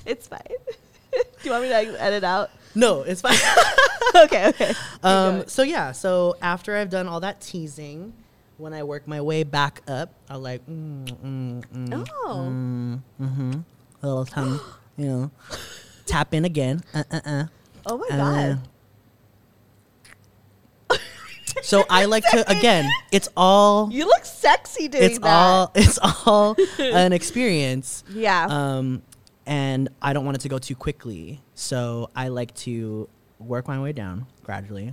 Speaker 3: It's fine. do you want me to like, edit out?
Speaker 2: No, it's fine.
Speaker 3: okay, okay.
Speaker 2: um, so yeah, so after I've done all that teasing, when I work my way back up, I like mm, mm, mm,
Speaker 3: Oh,
Speaker 2: mm-hmm, a little tongue, you know, tap in again. Uh uh uh.
Speaker 3: oh my
Speaker 2: Uh,
Speaker 3: god.
Speaker 2: So I like to again. It's all.
Speaker 3: You look sexy doing
Speaker 2: It's
Speaker 3: that.
Speaker 2: all. It's all an experience.
Speaker 3: yeah.
Speaker 2: um, and I don't want it to go too quickly. So I like to work my way down gradually.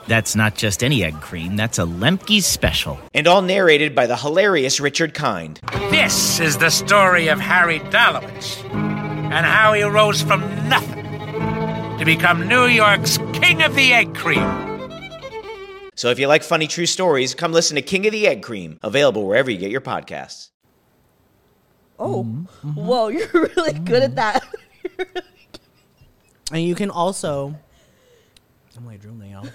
Speaker 4: That's not just any egg cream, that's a Lemke's special.
Speaker 5: and all narrated by the hilarious Richard Kind.
Speaker 6: This is the story of Harry Dalowitz and how he rose from nothing to become New York's king of the egg cream.
Speaker 5: So if you like funny true stories, come listen to King of the Egg Cream, available wherever you get your podcasts.
Speaker 3: oh,
Speaker 2: mm-hmm,
Speaker 3: whoa! You're really good at that.
Speaker 2: And you can also, I'm like drooling, y'all.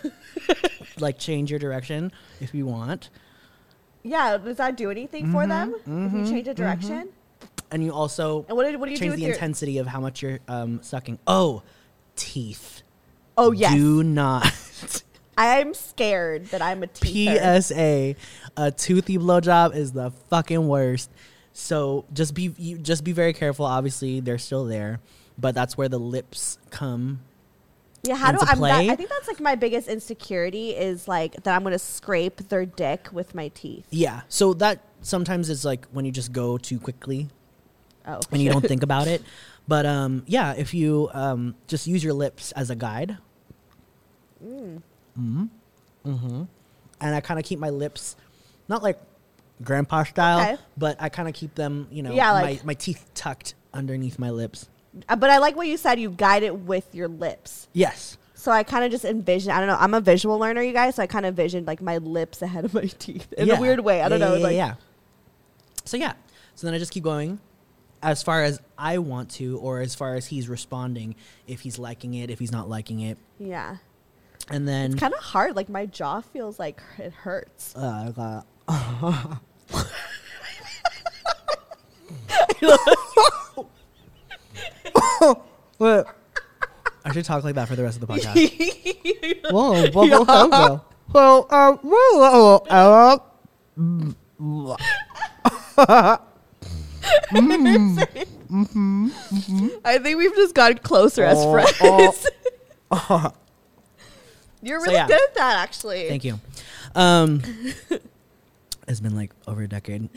Speaker 2: like change your direction if you want,
Speaker 3: yeah. Does that do anything
Speaker 2: Mm-hmm,
Speaker 3: for them? If you change the direction.
Speaker 2: and you also
Speaker 3: And what do- what do you do
Speaker 2: change
Speaker 3: with
Speaker 2: the
Speaker 3: your-
Speaker 2: intensity of how much you're um, sucking. Oh, teeth.
Speaker 3: Oh yes.
Speaker 2: Do not.
Speaker 3: I'm scared that I'm a teether.
Speaker 2: PSA, a toothy blowjob is the fucking worst. So just be you, just be very careful. Obviously, they're still there, but that's where the lips come
Speaker 3: Yeah, how do
Speaker 2: into
Speaker 3: I'm that,
Speaker 2: play.
Speaker 3: I think that's like my biggest insecurity is like that I'm gonna scrape their dick with my teeth.
Speaker 2: Yeah. So that sometimes is like when you just go too quickly
Speaker 3: Oh,
Speaker 2: and you don't think about it. But um, yeah, if you um, just use your lips as a guide. Mm. Mm-hmm.
Speaker 3: Mm.
Speaker 2: Mm-hmm. And I kind of keep my lips, not like grandpa style,
Speaker 3: Okay.
Speaker 2: but I kind of keep them, you know,
Speaker 3: Yeah,
Speaker 2: my,
Speaker 3: like-
Speaker 2: my teeth tucked underneath my lips.
Speaker 3: Uh, but I like what you said. You guide it with your lips.
Speaker 2: Yes.
Speaker 3: So I kind of just envision. I don't know. I'm a visual learner, you guys. So I kind of envisioned like my lips ahead of my teeth in
Speaker 2: Yeah.
Speaker 3: a weird way. I don't
Speaker 2: Yeah,
Speaker 3: know.
Speaker 2: Yeah,
Speaker 3: like,
Speaker 2: yeah. So yeah. So then I just keep going as far as I want to, or as far as he's responding, if he's liking it, if he's not liking it.
Speaker 3: yeah.
Speaker 2: And then
Speaker 3: Kind of hard. Like my jaw feels like it hurts.
Speaker 2: uh, I got- What? I should talk like that for the rest of the podcast. Whoa, whoa, whoa, whoa. Well, um, whoa, whoa, whoa, uh,
Speaker 3: I think we've just gotten closer as
Speaker 2: Oh,
Speaker 3: friends.
Speaker 2: oh.
Speaker 3: You're
Speaker 2: So,
Speaker 3: really
Speaker 2: yeah.
Speaker 3: good at that, actually.
Speaker 2: Thank you. Um, it's been like over a decade.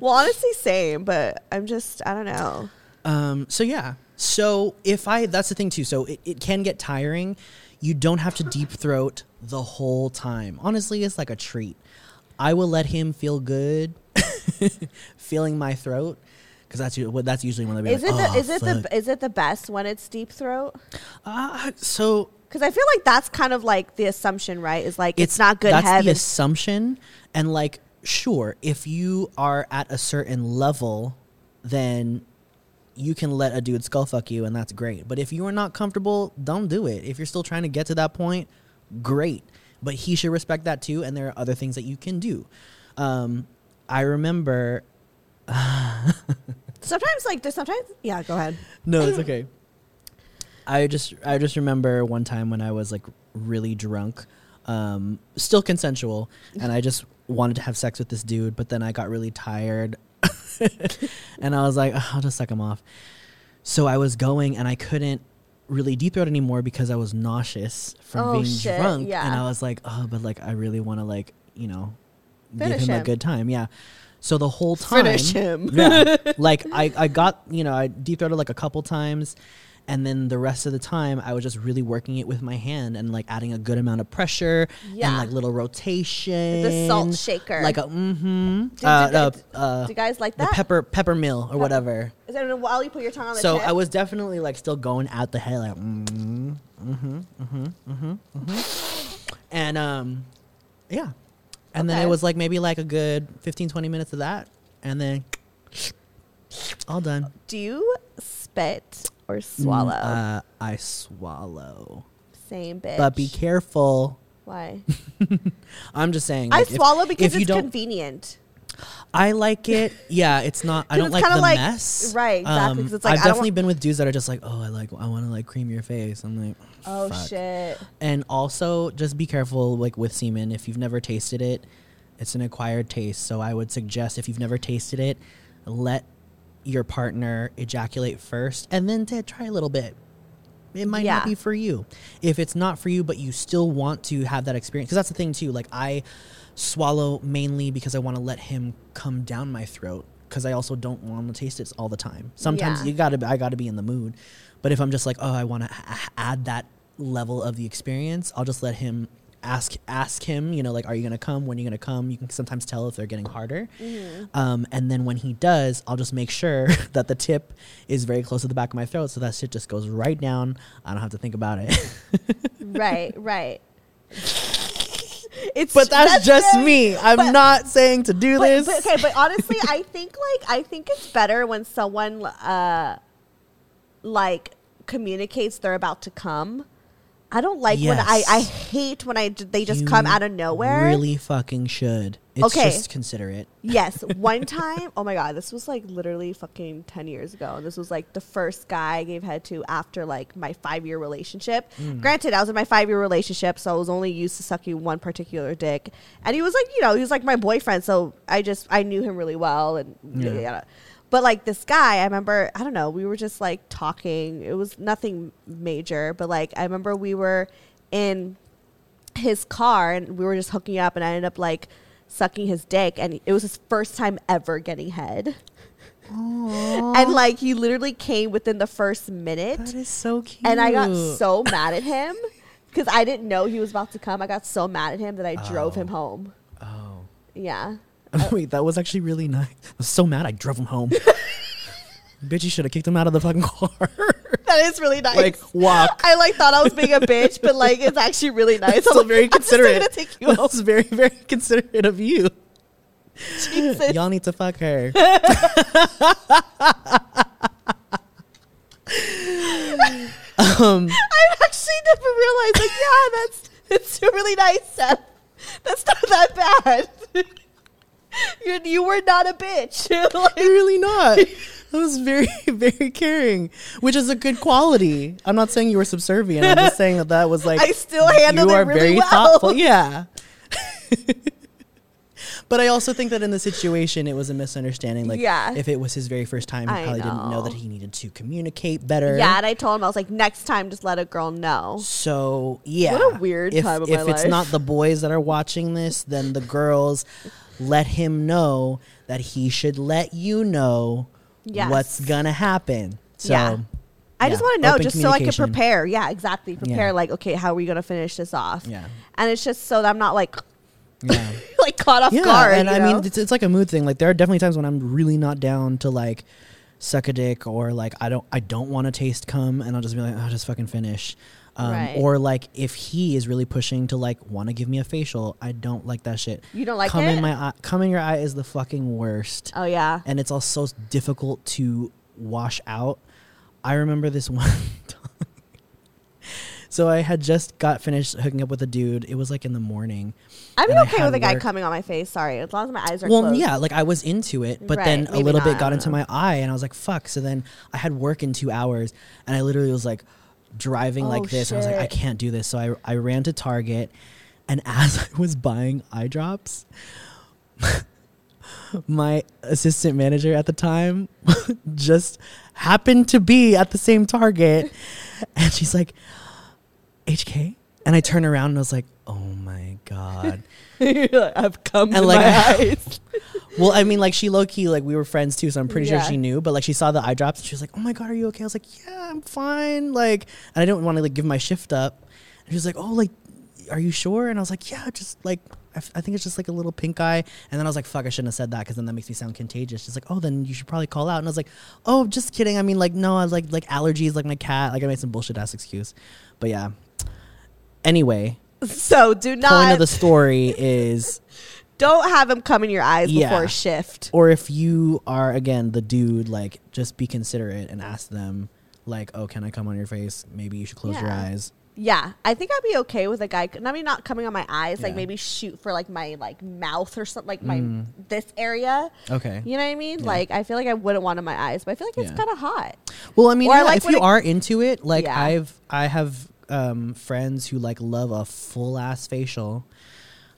Speaker 3: Well, honestly, same, but I'm just, I don't know.
Speaker 2: Um, so yeah. So if I, that's the thing too. So it, it can get tiring. You don't have to deep throat the whole time. Honestly, it's like a treat. I will let him feel good, feeling my throat, because that's u- what that's usually when they be
Speaker 3: Is it
Speaker 2: like,
Speaker 3: the
Speaker 2: "Oh,
Speaker 3: is it
Speaker 2: fuck."
Speaker 3: the is it the best when it's deep throat?
Speaker 2: Ah, so
Speaker 3: Because I feel like that's kind of like the assumption, right? Is like it's,
Speaker 2: it's
Speaker 3: not good
Speaker 2: That's the
Speaker 3: heaven.
Speaker 2: assumption, and like, sure, if you are at a certain level, then you can let a dude skull fuck you, and that's great. But if you are not comfortable, don't do it. If you're still trying to get to that point, great. But he should respect that too, and there are other things that you can do. Um, I remember.
Speaker 3: sometimes like there's sometimes yeah. Go ahead.
Speaker 2: No, it's okay. I just I just remember one time when I was like really drunk, um, still consensual, and I just wanted to have sex with this dude, but then I got really tired, and I was like, "Ugh, I'll just suck him off. So I was going, and I couldn't really deep throat anymore because I was nauseous from
Speaker 3: Oh,
Speaker 2: being
Speaker 3: shit,
Speaker 2: drunk, and
Speaker 3: yeah.
Speaker 2: I was like, oh, but like I really want to like you know
Speaker 3: Finish
Speaker 2: give him,
Speaker 3: him.
Speaker 2: a good time, yeah. So the whole time,
Speaker 3: Finish him.
Speaker 2: yeah, like I, I got you know I deep throated like a couple times and then the rest of the time i was just really working it with my hand and like adding a good amount of pressure and
Speaker 3: Yeah.
Speaker 2: like little rotation
Speaker 3: The salt shaker.
Speaker 2: like a mm-hmm
Speaker 3: Do- do-
Speaker 2: uh, uh,
Speaker 3: do-
Speaker 2: uh,
Speaker 3: do you guys like
Speaker 2: the
Speaker 3: that?
Speaker 2: pepper pepper mill or whatever
Speaker 3: Is that while you put your tongue on the
Speaker 2: so
Speaker 3: tip?
Speaker 2: i was definitely like still going out the head like mm-hmm mm-hmm mm-hmm mm-hmm and um yeah and then
Speaker 3: Okay.
Speaker 2: it was like maybe like a good 15 20 minutes of that and then all done
Speaker 3: Do you spit or swallow?
Speaker 2: Uh, I swallow.
Speaker 3: Same bitch.
Speaker 2: But be careful.
Speaker 3: Why?
Speaker 2: I'm just saying.
Speaker 3: I
Speaker 2: like, if-
Speaker 3: swallow because
Speaker 2: if you
Speaker 3: it's
Speaker 2: don't,
Speaker 3: convenient.
Speaker 2: I like it. Yeah, it's not.
Speaker 3: 'Cause
Speaker 2: I don't
Speaker 3: it's
Speaker 2: like
Speaker 3: kinda
Speaker 2: the
Speaker 3: like-
Speaker 2: mess. Um,
Speaker 3: right, exactly, 'cause it's like,
Speaker 2: I've
Speaker 3: I don't
Speaker 2: definitely
Speaker 3: want-
Speaker 2: been with dudes that are just like, oh, I like, I want to like cream your face. I'm like,
Speaker 3: Oh
Speaker 2: fuck.
Speaker 3: shit.
Speaker 2: And also, just be careful, like with semen. If you've never tasted it, it's an acquired taste. So I would suggest if you've never tasted it, let your partner ejaculate first, and then to try a little bit. It might
Speaker 3: Yeah.
Speaker 2: not be for you. If it's not for you, but you still want to have that experience, because that's the thing too. Like I swallow mainly because I want to let him come down my throat, because I also don't want to taste it all the time. Sometimes
Speaker 3: Yeah.
Speaker 2: you gotta, be- I gotta be in the mood. But if I'm just like, oh, I want to add that level of the experience, I'll just let him ask ask him. You know, like, are you gonna come? When are you gonna come? You can sometimes tell if they're getting harder.
Speaker 3: Mm-hmm.
Speaker 2: Um, and then when he does, I'll just make sure that the tip is very close to the back of my throat, so that shit just goes right down. I don't have to think about it.
Speaker 3: right. Right. It's
Speaker 2: but that's, just
Speaker 3: very-
Speaker 2: me. I'm
Speaker 3: but-
Speaker 2: not saying to do
Speaker 3: But,
Speaker 2: this.
Speaker 3: but- okay, but honestly, I think like I think it's better when someone uh like communicates they're about to come. I don't like when I
Speaker 2: Yes.
Speaker 3: I hate when I j- they just come
Speaker 2: You
Speaker 3: out of nowhere.
Speaker 2: Really fucking should. It's
Speaker 3: Okay.
Speaker 2: just considerate.
Speaker 3: Yes, one time. Oh my god, this was like literally fucking ten years ago. This was like the first guy I gave head to after like my five year relationship. Granted, I was in my five year relationship, so I was only used to sucking one particular dick, and he was like, you know, he was like my boyfriend, so I just I knew him really well, and yada, yada. But like this guy, I remember, I don't know, we were just like talking. It was nothing major, but like I remember we were in his car and we were just hooking up and I ended up like sucking his dick and it was his first time ever getting head. And like he literally came within the first minute
Speaker 2: That is so cute.
Speaker 3: and I got so mad at him cuz I didn't know he was about to come. I got so mad at him that I drove him home.
Speaker 2: Oh.
Speaker 3: Yeah.
Speaker 2: Wait, that was actually really nice. I was so mad I drove him home. Bitch, you should have kicked him out of the fucking car.
Speaker 3: That is really nice.
Speaker 2: like, walk.
Speaker 3: I like thought I was being a bitch, but like it's actually really nice.
Speaker 2: It's still
Speaker 3: like,
Speaker 2: very
Speaker 3: I'm just still
Speaker 2: considerate.
Speaker 3: gonna take you
Speaker 2: That was very, very considerate of you.
Speaker 3: Jesus.
Speaker 2: Y'all need to fuck her.
Speaker 3: I actually never realized. Like, yeah, that's it's really nice, Seth. That's not that bad. you you were not a bitch. Like,
Speaker 2: Really not. That was very, very caring, which is a good quality. I'm not saying you were subservient. I'm just saying that that was like
Speaker 3: I still handled
Speaker 2: you
Speaker 3: it
Speaker 2: are
Speaker 3: really
Speaker 2: very
Speaker 3: well.
Speaker 2: thoughtful. Yeah. But I also think that in the situation, it was a misunderstanding. Like,
Speaker 3: Yeah.
Speaker 2: if it was his very first time, he
Speaker 3: I
Speaker 2: probably didn't know
Speaker 3: know.
Speaker 2: that he needed to communicate better.
Speaker 3: Yeah, and I told him I was like, next time, just let a girl know.
Speaker 2: So yeah,
Speaker 3: What a weird
Speaker 2: if,
Speaker 3: time of
Speaker 2: If
Speaker 3: my
Speaker 2: it's
Speaker 3: life.
Speaker 2: not the boys that are watching this, then the girls let him know that he should let you know
Speaker 3: Yes.
Speaker 2: what's gonna happen. So
Speaker 3: Yeah. I just
Speaker 2: yeah,
Speaker 3: want to know,
Speaker 2: open
Speaker 3: just so I can
Speaker 2: communication.
Speaker 3: prepare. Yeah, exactly. Prepare,
Speaker 2: Yeah.
Speaker 3: like, okay, how are we gonna finish this off?
Speaker 2: Yeah.
Speaker 3: and it's just so that I'm not like,
Speaker 2: Yeah.
Speaker 3: like caught off
Speaker 2: yeah,
Speaker 3: guard.
Speaker 2: and
Speaker 3: you
Speaker 2: I
Speaker 3: know?
Speaker 2: mean, it's, it's like a mood thing. Like there are definitely times when I'm really not down to like suck a dick or like I don't I don't want to taste cum, and I'll just be like, oh, just fucking finish. Um,
Speaker 3: Right.
Speaker 2: Or like if he is really pushing to like want to give me a facial, I don't like that shit.
Speaker 3: You don't like
Speaker 2: cum
Speaker 3: it?
Speaker 2: in my eye, cum in your eye is the fucking worst.
Speaker 3: oh yeah,
Speaker 2: and it's also s- difficult to wash out. I remember this one. time. so I had just got finished hooking up with a dude. It was like in the morning.
Speaker 3: I'd be
Speaker 2: and I
Speaker 3: okay
Speaker 2: had
Speaker 3: with a guy
Speaker 2: work-
Speaker 3: coming on my face. Sorry, as long as my eyes are
Speaker 2: Well,
Speaker 3: closed.
Speaker 2: yeah, like I was into it, but
Speaker 3: Right,
Speaker 2: then a
Speaker 3: maybe
Speaker 2: little
Speaker 3: not,
Speaker 2: bit
Speaker 3: I
Speaker 2: got
Speaker 3: don't
Speaker 2: into
Speaker 3: know.
Speaker 2: my eye, and I was like, "Fuck!" So then I had work in two hours, and I literally was like driving
Speaker 3: Oh,
Speaker 2: like this. And I was like, "I
Speaker 3: shit.
Speaker 2: can't do this," so I I ran to Target, and as I was buying eye drops, my assistant manager at the time just happened to be at the same Target, and she's like, "HK," and I turn around and I was like, "Oh my god."
Speaker 3: I've come
Speaker 2: And
Speaker 3: to
Speaker 2: like-
Speaker 3: my eyes.
Speaker 2: Well, I mean, like she low key, like we were friends too, so I'm pretty
Speaker 3: Yeah.
Speaker 2: sure she knew. But like she saw the eye drops, and she was like, "Oh my god, are you okay?" I was like, "Yeah, I'm fine." Like, and I didn't want to like give my shift up. And she was like, "Oh, like, are you sure?" And I was like, "Yeah, just like." I, f- I think it's just like a little pink eye, and then I was like, "Fuck, I shouldn't have said that because then that makes me sound contagious." She's like, "Oh, then you should probably call out." And I was like, "Oh, just kidding. I mean, like, no, I was like like allergies, like my cat. Like, I made some bullshit ass excuse, but yeah." Anyway,
Speaker 3: so do
Speaker 2: point
Speaker 3: not
Speaker 2: of the story is
Speaker 3: don't have him come in your eyes
Speaker 2: Yeah.
Speaker 3: before a shift.
Speaker 2: or if you are again the dude like just be considerate and ask them like oh can i come on your face maybe you should close your
Speaker 3: Yeah.
Speaker 2: eyes
Speaker 3: Yeah, I think I'd be okay with a guy. I mean, not coming on my eyes. Like
Speaker 2: Yeah. Mm.
Speaker 3: maybe shoot for like my like mouth or something, like my this area.
Speaker 2: okay
Speaker 3: You know what I mean? Like I feel like I wouldn't want in my eyes, but I feel like it's
Speaker 2: Yeah.
Speaker 3: kind of hot.
Speaker 2: well i mean
Speaker 3: Or,
Speaker 2: yeah,
Speaker 3: like,
Speaker 2: if
Speaker 3: when
Speaker 2: you
Speaker 3: it-
Speaker 2: are into it like
Speaker 3: Yeah.
Speaker 2: i've i have um friends who like love a full ass facial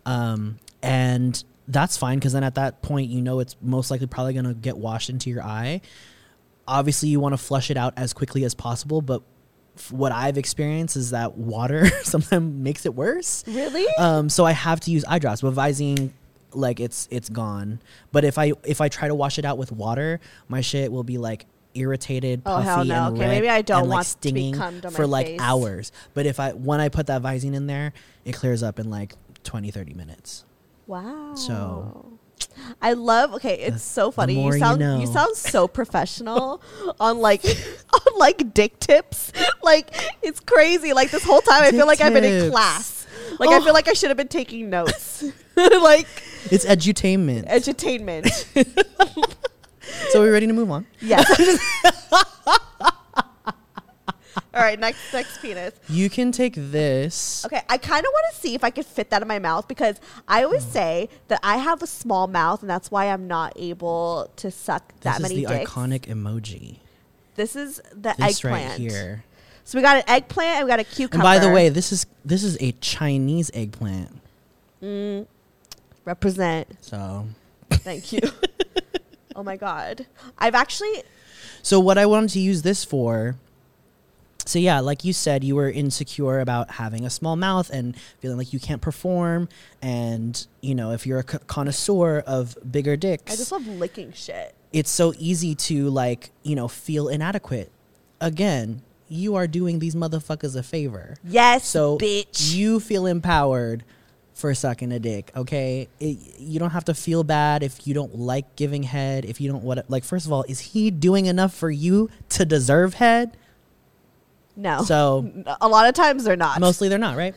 Speaker 2: um and that's fine because then at that point you know it's most likely probably going to get washed into your eye obviously you want to flush it out as quickly as possible but f- what i've experienced is that water sometimes makes it worse
Speaker 3: Really?
Speaker 2: Um, so I have to use eye drops, but Visine, like it's it's gone. But if I if I try to wash it out with water, my shit will be like irritated,
Speaker 3: Oh,
Speaker 2: puffy,
Speaker 3: hell no.
Speaker 2: and
Speaker 3: Okay,
Speaker 2: red,
Speaker 3: maybe I don't
Speaker 2: and, like,
Speaker 3: want to be
Speaker 2: stinging
Speaker 3: cummed on my
Speaker 2: for like
Speaker 3: face.
Speaker 2: hours. But if I when I put that Visine in there, it clears up in like 20, 30 minutes.
Speaker 3: Wow. Oh.
Speaker 2: So-
Speaker 3: I love. Okay, it's so funny.
Speaker 2: more
Speaker 3: You
Speaker 2: you
Speaker 3: sound you,
Speaker 2: know.
Speaker 3: sound so professional on like on like dick tips. Like it's crazy. Like this whole time, I feel
Speaker 2: Dick
Speaker 3: like I've been in
Speaker 2: tips.
Speaker 3: class. Like
Speaker 2: Oh.
Speaker 3: I feel like I should have been taking notes. like
Speaker 2: It's edutainment.
Speaker 3: edutainment.
Speaker 2: so are we ready to move on?
Speaker 3: Yes. All right, next next penis.
Speaker 2: You can take this.
Speaker 3: Okay, I kind of want to see if I can fit that in my mouth because I always
Speaker 2: Mm.
Speaker 3: say that I have a small mouth and that's why I'm not able to suck
Speaker 2: This
Speaker 3: that
Speaker 2: is
Speaker 3: many
Speaker 2: the
Speaker 3: dicks.
Speaker 2: iconic emoji.
Speaker 3: This is the
Speaker 2: This
Speaker 3: eggplant.
Speaker 2: right here.
Speaker 3: So we got an eggplant and we got a cucumber.
Speaker 2: And by the way, this is this is a Chinese eggplant.
Speaker 3: represent.
Speaker 2: So
Speaker 3: Thank you. oh my god, I've actually
Speaker 2: So what I wanted to use this for so yeah, like you said, you were insecure about having a small mouth and feeling like you can't perform. And you know, if you're a c- connoisseur of bigger dicks,
Speaker 3: I just love licking shit.
Speaker 2: it's so easy to like you know feel inadequate. Again, you are doing these motherfuckers a favor.
Speaker 3: Yes,
Speaker 2: So
Speaker 3: bitch.
Speaker 2: you feel empowered for sucking a dick, okay? It, you don't have to feel bad if you don't like giving head. If you don't what like, first of all, is he doing enough for you to deserve head?
Speaker 3: no.
Speaker 2: So
Speaker 3: a lot of times they're not.
Speaker 2: mostly they're not, right?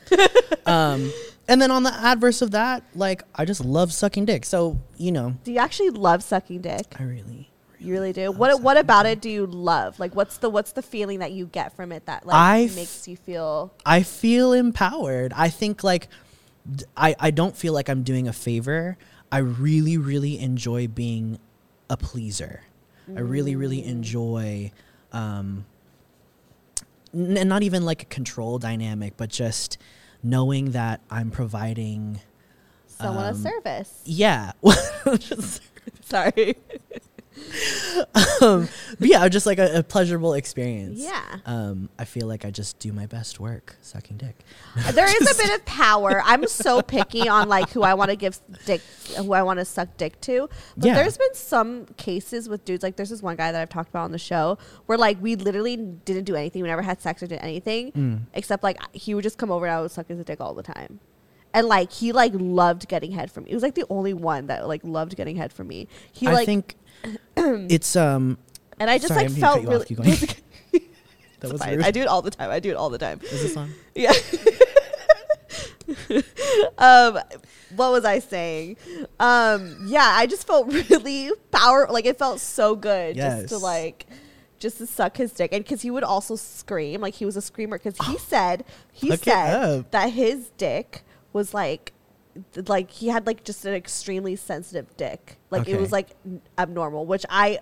Speaker 2: um, and then on the adverse of that, like I just love sucking dick. So you know,
Speaker 3: Do you actually love sucking dick?
Speaker 2: I really,
Speaker 3: You really do. What what about it do you love? Like what's the what's the feeling that you get from it that like
Speaker 2: I f-
Speaker 3: makes you feel
Speaker 2: I feel empowered. I think like d- I I don't feel like I'm doing a favor. I really really enjoy being a pleaser. I really really
Speaker 3: Mm.
Speaker 2: enjoy um n- and not even like a control dynamic, but just knowing that I'm providing
Speaker 3: Someone of
Speaker 2: Um,
Speaker 3: service.
Speaker 2: Yeah.
Speaker 3: Sorry.
Speaker 2: um, but yeah, just like a, a pleasurable experience.
Speaker 3: Yeah.
Speaker 2: Um, I feel like I just do my best work sucking dick.
Speaker 3: There is a bit of power. I'm so picky on like who I want to give dick, who I want to suck dick to. But
Speaker 2: Yeah.
Speaker 3: there's been some cases with dudes. Like there's this one guy that I've talked about on the show where like we literally didn't do anything. We never had sex or did anything
Speaker 2: Mm.
Speaker 3: except like he would just come over and I would suck his dick all the time. And like he like loved getting head from me. It was like the only one that like loved getting head from me. He
Speaker 2: I
Speaker 3: like
Speaker 2: think it's um.
Speaker 3: and I just
Speaker 2: sorry,
Speaker 3: like
Speaker 2: I'm gonna
Speaker 3: felt
Speaker 2: cut you
Speaker 3: really.
Speaker 2: off. Keep going. that
Speaker 3: It's
Speaker 2: was
Speaker 3: fine.
Speaker 2: rude.
Speaker 3: I do it all the time. I do it all the time.
Speaker 2: Is this on?
Speaker 3: Yeah. um, what was I saying? Um, yeah, I just felt really power. Like it felt so good just to
Speaker 2: Yes.
Speaker 3: like. Just to suck his dick, and because he would also scream, like he was a screamer. Because he said he
Speaker 2: Look it
Speaker 3: said
Speaker 2: up.
Speaker 3: that his dick was like, th- like he had like just an extremely sensitive dick. Like it
Speaker 2: Okay.
Speaker 3: was like n- abnormal, which I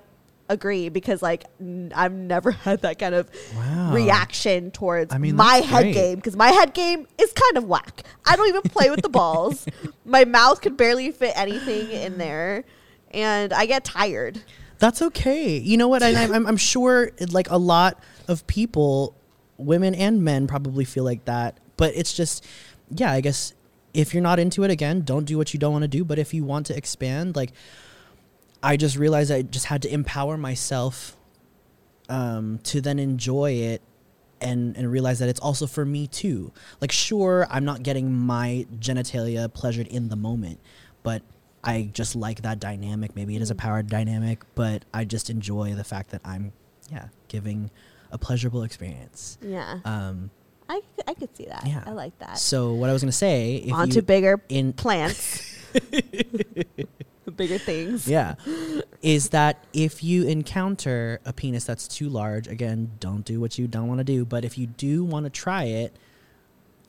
Speaker 3: agree because like n- I've never had that kind of
Speaker 2: Wow.
Speaker 3: reaction towards
Speaker 2: I mean,
Speaker 3: my
Speaker 2: that's
Speaker 3: head
Speaker 2: great.
Speaker 3: game because my head game is kind of whack. I don't even play with the balls. My mouth could barely fit anything in there, and I get tired.
Speaker 2: That's okay. You know what? And I'm, I'm, I'm sure like a lot of people, women and men, probably feel like that. But it's just, yeah, I guess if you're not into it again, don't do what you don't want to do. But if you want to expand, like, I just realized I just had to empower myself um, to then enjoy it and, and realize that it's also for me too. Like, sure, I'm not getting my genitalia pleasured in the moment, but I just like that dynamic. Maybe it is a power dynamic, but I just enjoy the fact that I'm, yeah, giving a pleasurable experience.
Speaker 3: Yeah,
Speaker 2: Um,
Speaker 3: I I could see that.
Speaker 2: yeah.
Speaker 3: Mm. I like that.
Speaker 2: So, what I was going to say, if
Speaker 3: On
Speaker 2: you-
Speaker 3: to bigger
Speaker 2: in-
Speaker 3: plants, bigger things.
Speaker 2: yeah, is that if you encounter a penis that's too large, again, don't do what you don't want to do. But if you do want to try it,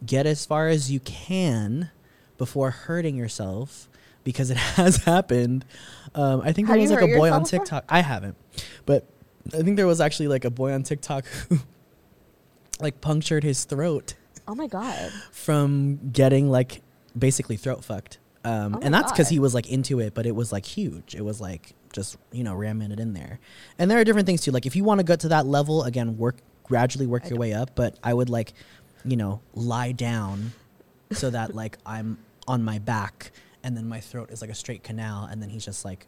Speaker 2: get as far as you can before hurting yourself because it has happened. Um, I think
Speaker 3: Have
Speaker 2: there
Speaker 3: you
Speaker 2: was like
Speaker 3: hurt
Speaker 2: a boy on
Speaker 3: yourself before?
Speaker 2: TikTok. I haven't, but I think there was actually like a boy on TikTok who like punctured his throat
Speaker 3: Oh my god.
Speaker 2: from getting like basically throat fucked. Um,
Speaker 3: Oh my
Speaker 2: and that's because
Speaker 3: God.
Speaker 2: he was like into it, but it was like huge. It was like just, you know, ramming it in there. And there are different things too. Like if you want to get to that level, again, work gradually work your way up. But I would like, you know, lie down so that like I'm on my back and then my throat is like a straight canal. And then he's just like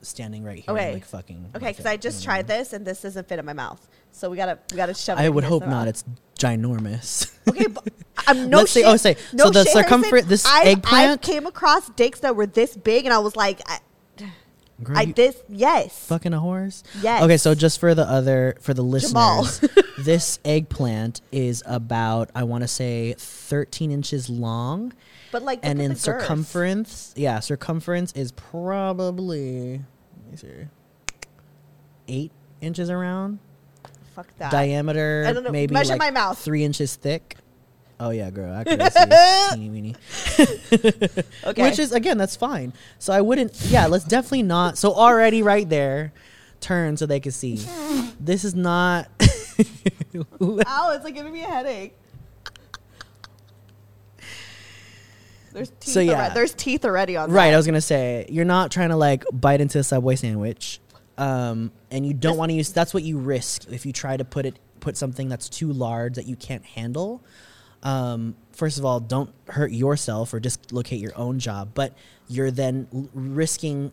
Speaker 2: standing right here, and,
Speaker 3: Okay.
Speaker 2: like fucking.
Speaker 3: Okay,
Speaker 2: my
Speaker 3: because
Speaker 2: throat,
Speaker 3: I
Speaker 2: you
Speaker 3: just
Speaker 2: know what mean?
Speaker 3: tried this and this doesn't fit in my mouth. So we gotta we gotta shove.
Speaker 2: I
Speaker 3: it
Speaker 2: would
Speaker 3: in
Speaker 2: hope
Speaker 3: somehow.
Speaker 2: not. It's ginormous.
Speaker 3: Okay, but uh, I'm no
Speaker 2: Let's say-
Speaker 3: shit.
Speaker 2: oh, say-
Speaker 3: no
Speaker 2: so the
Speaker 3: shit, Harrison,
Speaker 2: circumference- this
Speaker 3: I,
Speaker 2: eggplant-
Speaker 3: I came across dicks that were this big, and I was like, I,
Speaker 2: Girl,
Speaker 3: I
Speaker 2: you-
Speaker 3: this yes.
Speaker 2: fucking a horse?
Speaker 3: Yes.
Speaker 2: Okay, so just for the other for the
Speaker 3: Jamal.
Speaker 2: listeners, this eggplant is about I want to say 13 inches long,
Speaker 3: But like,
Speaker 2: and
Speaker 3: look at
Speaker 2: in
Speaker 3: the girth.
Speaker 2: circumference, yeah, circumference is probably let me see, eight inches around,
Speaker 3: fuck that.
Speaker 2: diameter
Speaker 3: I don't know.
Speaker 2: maybe
Speaker 3: Measure
Speaker 2: like
Speaker 3: my mouth.
Speaker 2: three inches thick. Oh yeah, girl, I could see teeny weeny.
Speaker 3: Okay.
Speaker 2: Which is again, that's fine. So I wouldn't. Yeah, let's definitely not. So already right there, turn so they can see. This is not.
Speaker 3: Ow! Oh, It's like giving me a headache. There's teeth.
Speaker 2: So, yeah.
Speaker 3: already. There's teeth already on.
Speaker 2: right. I was gonna say you're not trying to like bite into a subway sandwich, um, and you don't want to use. That's what you risk if you try to put it put something that's too large that you can't handle. Um, first of all, don't hurt yourself or dislocate your own job, but you're then l- risking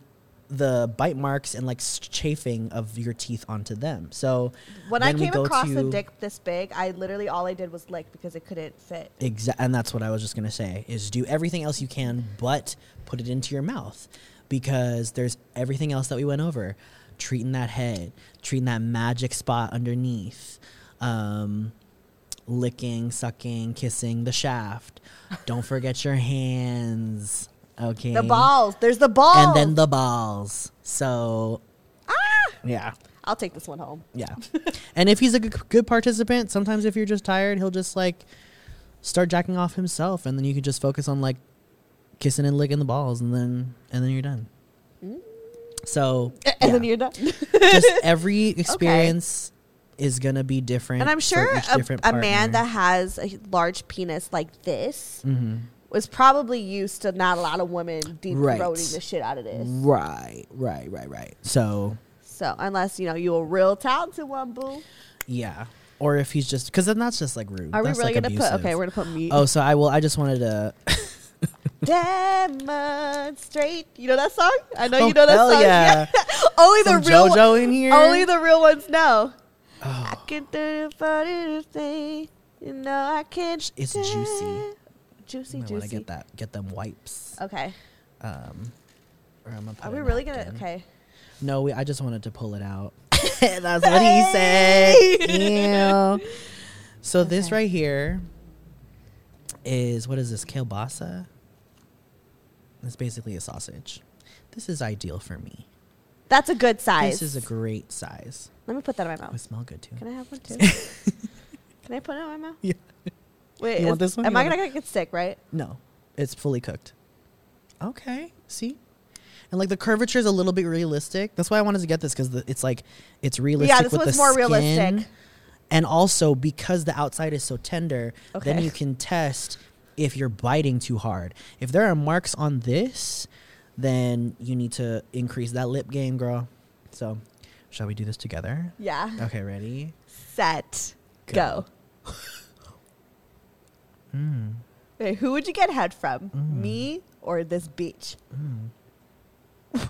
Speaker 2: the bite marks and like s- chafing of your teeth onto them. So
Speaker 3: That. When I
Speaker 2: then we
Speaker 3: came
Speaker 2: go
Speaker 3: across a
Speaker 2: to-
Speaker 3: dick this big, I literally all I did was lick because it couldn't fit.
Speaker 2: Exa- and that's what I was just gonna say is do everything else you can, but put it into your mouth because there's everything else that we went over, treating that head, treating that magic spot underneath, um, licking, sucking, kissing the shaft. Don't forget your hands, okay?
Speaker 3: The balls. There's the balls.
Speaker 2: and then the balls. So,
Speaker 3: Ah!
Speaker 2: yeah.
Speaker 3: I'll take this one home.
Speaker 2: Yeah. and if he's a g- good participant, sometimes if you're just tired, he'll just like start jacking off himself and then you can just focus on like kissing and licking the balls and then and then you're done. So
Speaker 3: Mm. And
Speaker 2: yeah,
Speaker 3: then you're done.
Speaker 2: just every experience is going to be different.
Speaker 3: And I'm
Speaker 2: for
Speaker 3: sure
Speaker 2: each
Speaker 3: a,
Speaker 2: different
Speaker 3: a man
Speaker 2: partner.
Speaker 3: that has a large penis like this
Speaker 2: Mhm.
Speaker 3: was probably used to not a lot of women deep
Speaker 2: Right.
Speaker 3: throating the shit out of this.
Speaker 2: Right, right, right, right. So
Speaker 3: So unless you know you a real talented one, boo.
Speaker 2: yeah, or if he's just because then that's just like rude.
Speaker 3: Are we
Speaker 2: That's,
Speaker 3: really
Speaker 2: like,
Speaker 3: gonna put?
Speaker 2: abusive.
Speaker 3: Okay, we're gonna put me.
Speaker 2: Oh, so I will. I just wanted to.
Speaker 3: demonstrate. You know that song? I know
Speaker 2: Oh,
Speaker 3: you know that
Speaker 2: hell
Speaker 3: song.
Speaker 2: yeah.
Speaker 3: only
Speaker 2: Some
Speaker 3: the real
Speaker 2: JoJo in here? Oh.
Speaker 3: Only the real ones know. I can do it for anything. You know I can't.
Speaker 2: It's juicy.
Speaker 3: Juicy,
Speaker 2: I want to
Speaker 3: juicy.
Speaker 2: get that. Get them wipes.
Speaker 3: Okay.
Speaker 2: Um, or I'm gonna put
Speaker 3: Are
Speaker 2: a
Speaker 3: we really gonna?
Speaker 2: napkin.
Speaker 3: Okay.
Speaker 2: No, we, I just wanted to pull it out. That's what he said. Ew. So this right here is what is this kielbasa? It's basically a sausage. This is ideal for me.
Speaker 3: That's a good size.
Speaker 2: This is a great size.
Speaker 3: Let me put that in my
Speaker 2: Oh, it
Speaker 3: mouth.
Speaker 2: smells good too.
Speaker 3: Can I have one too? can I put it in my mouth?
Speaker 2: Yeah.
Speaker 3: Wait,
Speaker 2: You want
Speaker 3: is-
Speaker 2: this one?
Speaker 3: Am
Speaker 2: You
Speaker 3: I
Speaker 2: want
Speaker 3: gonna get sick? Right?
Speaker 2: No, it's fully cooked. Okay, see, and like the curvature is a little bit realistic. That's why I wanted to get this because it's like it's realistic.
Speaker 3: this
Speaker 2: with
Speaker 3: one's
Speaker 2: the
Speaker 3: more
Speaker 2: skin.
Speaker 3: realistic.
Speaker 2: And also because the outside is so tender, then
Speaker 3: Okay.
Speaker 2: you can test if you're biting too hard. If there are marks on this, then you need to increase that lip game, girl. So, shall we do this together?
Speaker 3: Yeah.
Speaker 2: Okay, ready?
Speaker 3: Set.
Speaker 2: Go. Hmm.
Speaker 3: Go. Wait, who would you get head from? Me or this bitch?
Speaker 2: Hmm.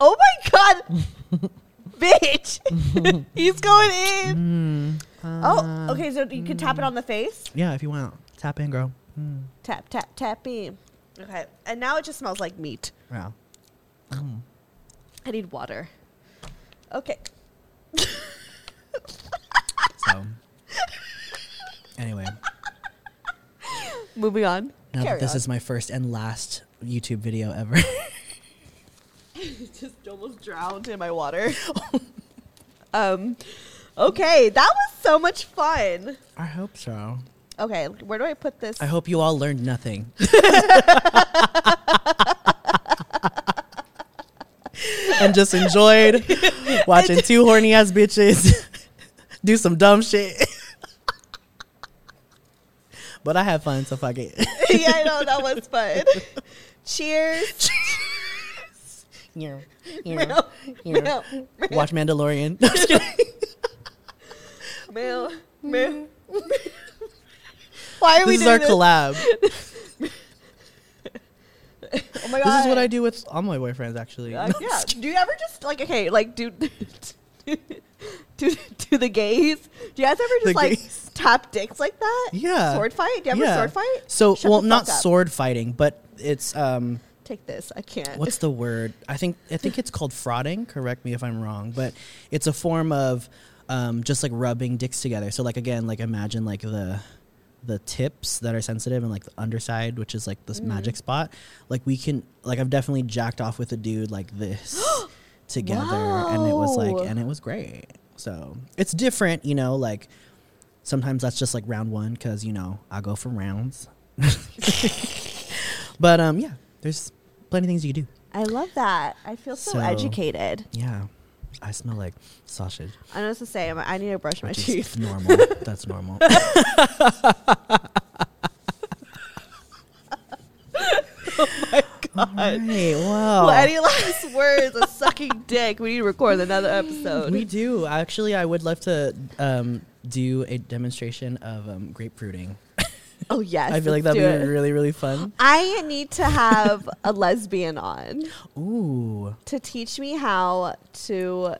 Speaker 3: oh my god! bitch! He's going in!
Speaker 2: Hmm. Uh,
Speaker 3: oh, okay, so you can tap it on the face.
Speaker 2: Yeah, if you want, tap in, girl.
Speaker 3: Tap, tap, tap in. Okay, and now it just smells like meat.
Speaker 2: Wow.
Speaker 3: I need water. Okay.
Speaker 2: So, anyway.
Speaker 3: Moving on.
Speaker 2: Now that
Speaker 3: Carry
Speaker 2: this
Speaker 3: on.
Speaker 2: is my first and last YouTube video ever.
Speaker 3: just almost drowned in my water. um, okay, that was so much fun.
Speaker 2: I hope so.
Speaker 3: Okay, where do I put this?
Speaker 2: I hope you all learned nothing. and just enjoyed watching two horny ass bitches do some dumb shit. but I had fun, so fuck it.
Speaker 3: yeah, I know that was fun. Cheers.
Speaker 2: Yeah.
Speaker 3: Meow, meow,
Speaker 2: Watch Mandalorian. I'm just kidding.
Speaker 3: meow, meow. Why are we
Speaker 2: this is
Speaker 3: doing
Speaker 2: our
Speaker 3: this?
Speaker 2: collab.
Speaker 3: Oh my god.
Speaker 2: This is what I do with all my boyfriends, actually.
Speaker 3: Uh, yeah. Do you ever just like okay, like do do do the gays? Do you guys ever just
Speaker 2: The
Speaker 3: like
Speaker 2: gays.
Speaker 3: tap dicks like that?
Speaker 2: Yeah.
Speaker 3: Sword fight? Do you ever
Speaker 2: Yeah.
Speaker 3: sword fight?
Speaker 2: So,
Speaker 3: Shut
Speaker 2: well,
Speaker 3: the
Speaker 2: not
Speaker 3: fuck up.
Speaker 2: sword fighting, but it's um,
Speaker 3: Take this. I can't.
Speaker 2: what's the word? I think I think it's called frauding. Correct me if I'm wrong, but it's a form of um, just like rubbing dicks together. So, like again, like imagine like the the tips that are sensitive and like the underside, which is like this
Speaker 3: Mm.
Speaker 2: magic spot. Like we can, like I've definitely jacked off with a dude like this together, and it was
Speaker 3: Wow.
Speaker 2: like, and it was great. So it's different, you know, like. Sometimes that's just like round one because you know I go for rounds, but um yeah, there's plenty of things you can do.
Speaker 3: I love that. I feel so,
Speaker 2: So-
Speaker 3: educated.
Speaker 2: Yeah. I smell like sausage,
Speaker 3: I know what to say. I'm- I need to brush my
Speaker 2: which
Speaker 3: teeth.
Speaker 2: is normal. That's normal. oh my god! wow.
Speaker 3: Well, any last words of sucking dick? We need to record another episode.
Speaker 2: we do actually. I would love to um, do a demonstration of um, grapefruiting.
Speaker 3: oh yes,
Speaker 2: I feel like
Speaker 3: let's
Speaker 2: that'd be
Speaker 3: do it.
Speaker 2: really, really fun.
Speaker 3: I need to have a lesbian on
Speaker 2: Ooh.
Speaker 3: to teach me how to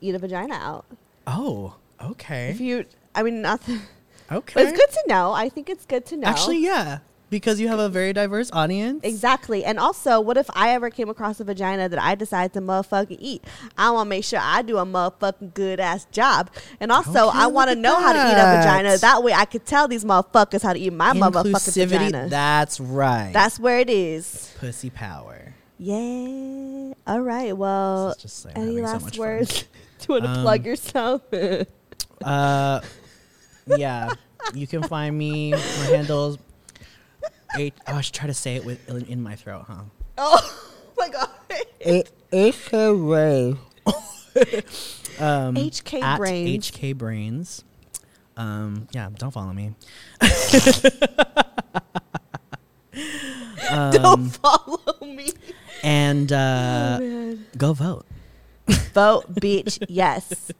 Speaker 3: eat a vagina out.
Speaker 2: Oh.
Speaker 3: If
Speaker 2: Okay.
Speaker 3: you, I mean, nothing.
Speaker 2: Okay.
Speaker 3: But it's good to know. I think it's good to know.
Speaker 2: Actually, yeah, because you have a very diverse audience.
Speaker 3: Exactly. And also, what if I ever came across a vagina that I decided to motherfucking eat? I want to make sure I do a motherfucking good ass job. And also,
Speaker 2: Okay,
Speaker 3: I want to
Speaker 2: look at
Speaker 3: know how to eat a
Speaker 2: that.
Speaker 3: vagina. That way I could tell these motherfuckers how to eat my motherfucking vagina.
Speaker 2: That's right.
Speaker 3: That's where it is.
Speaker 2: pussy power.
Speaker 3: Yeah. All right. Well,
Speaker 2: This is just like
Speaker 3: any
Speaker 2: having so
Speaker 3: last
Speaker 2: much fun.
Speaker 3: words? do you want to
Speaker 2: Um,
Speaker 3: plug yourself? Oh
Speaker 2: Uh, yeah, you can find me. My handles. H- oh, I should try to say it with in, in my throat, huh?
Speaker 3: oh, my God.
Speaker 2: HK
Speaker 3: HK
Speaker 2: um, at
Speaker 3: Brain.
Speaker 2: HK Brains. Um, yeah, don't follow me. um,
Speaker 3: Don't follow me.
Speaker 2: And uh, go vote.
Speaker 3: Vote, beach, yes.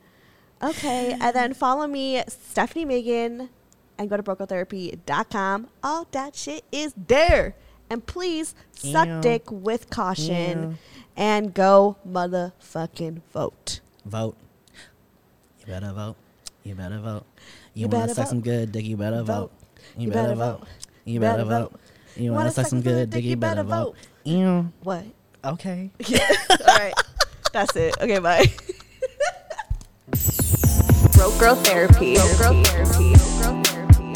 Speaker 3: Okay, and then follow me, Stephanie Megan, and go to brocotherapy.com. All that shit is there. And please suck
Speaker 2: Ew.
Speaker 3: dick with caution and go motherfucking vote.
Speaker 2: Vote. You better vote. You better vote. You,
Speaker 3: You
Speaker 2: want
Speaker 3: better
Speaker 2: to suck some
Speaker 3: vote.
Speaker 2: good dick, you better vote.
Speaker 3: Vote.
Speaker 2: You, better, vote. You better vote. You want to suck some good dick, you better vote. Ew.
Speaker 3: What?
Speaker 2: Okay.
Speaker 3: All right. That's it. Okay, bye.
Speaker 1: Broke girl therapy. Broke girl therapy.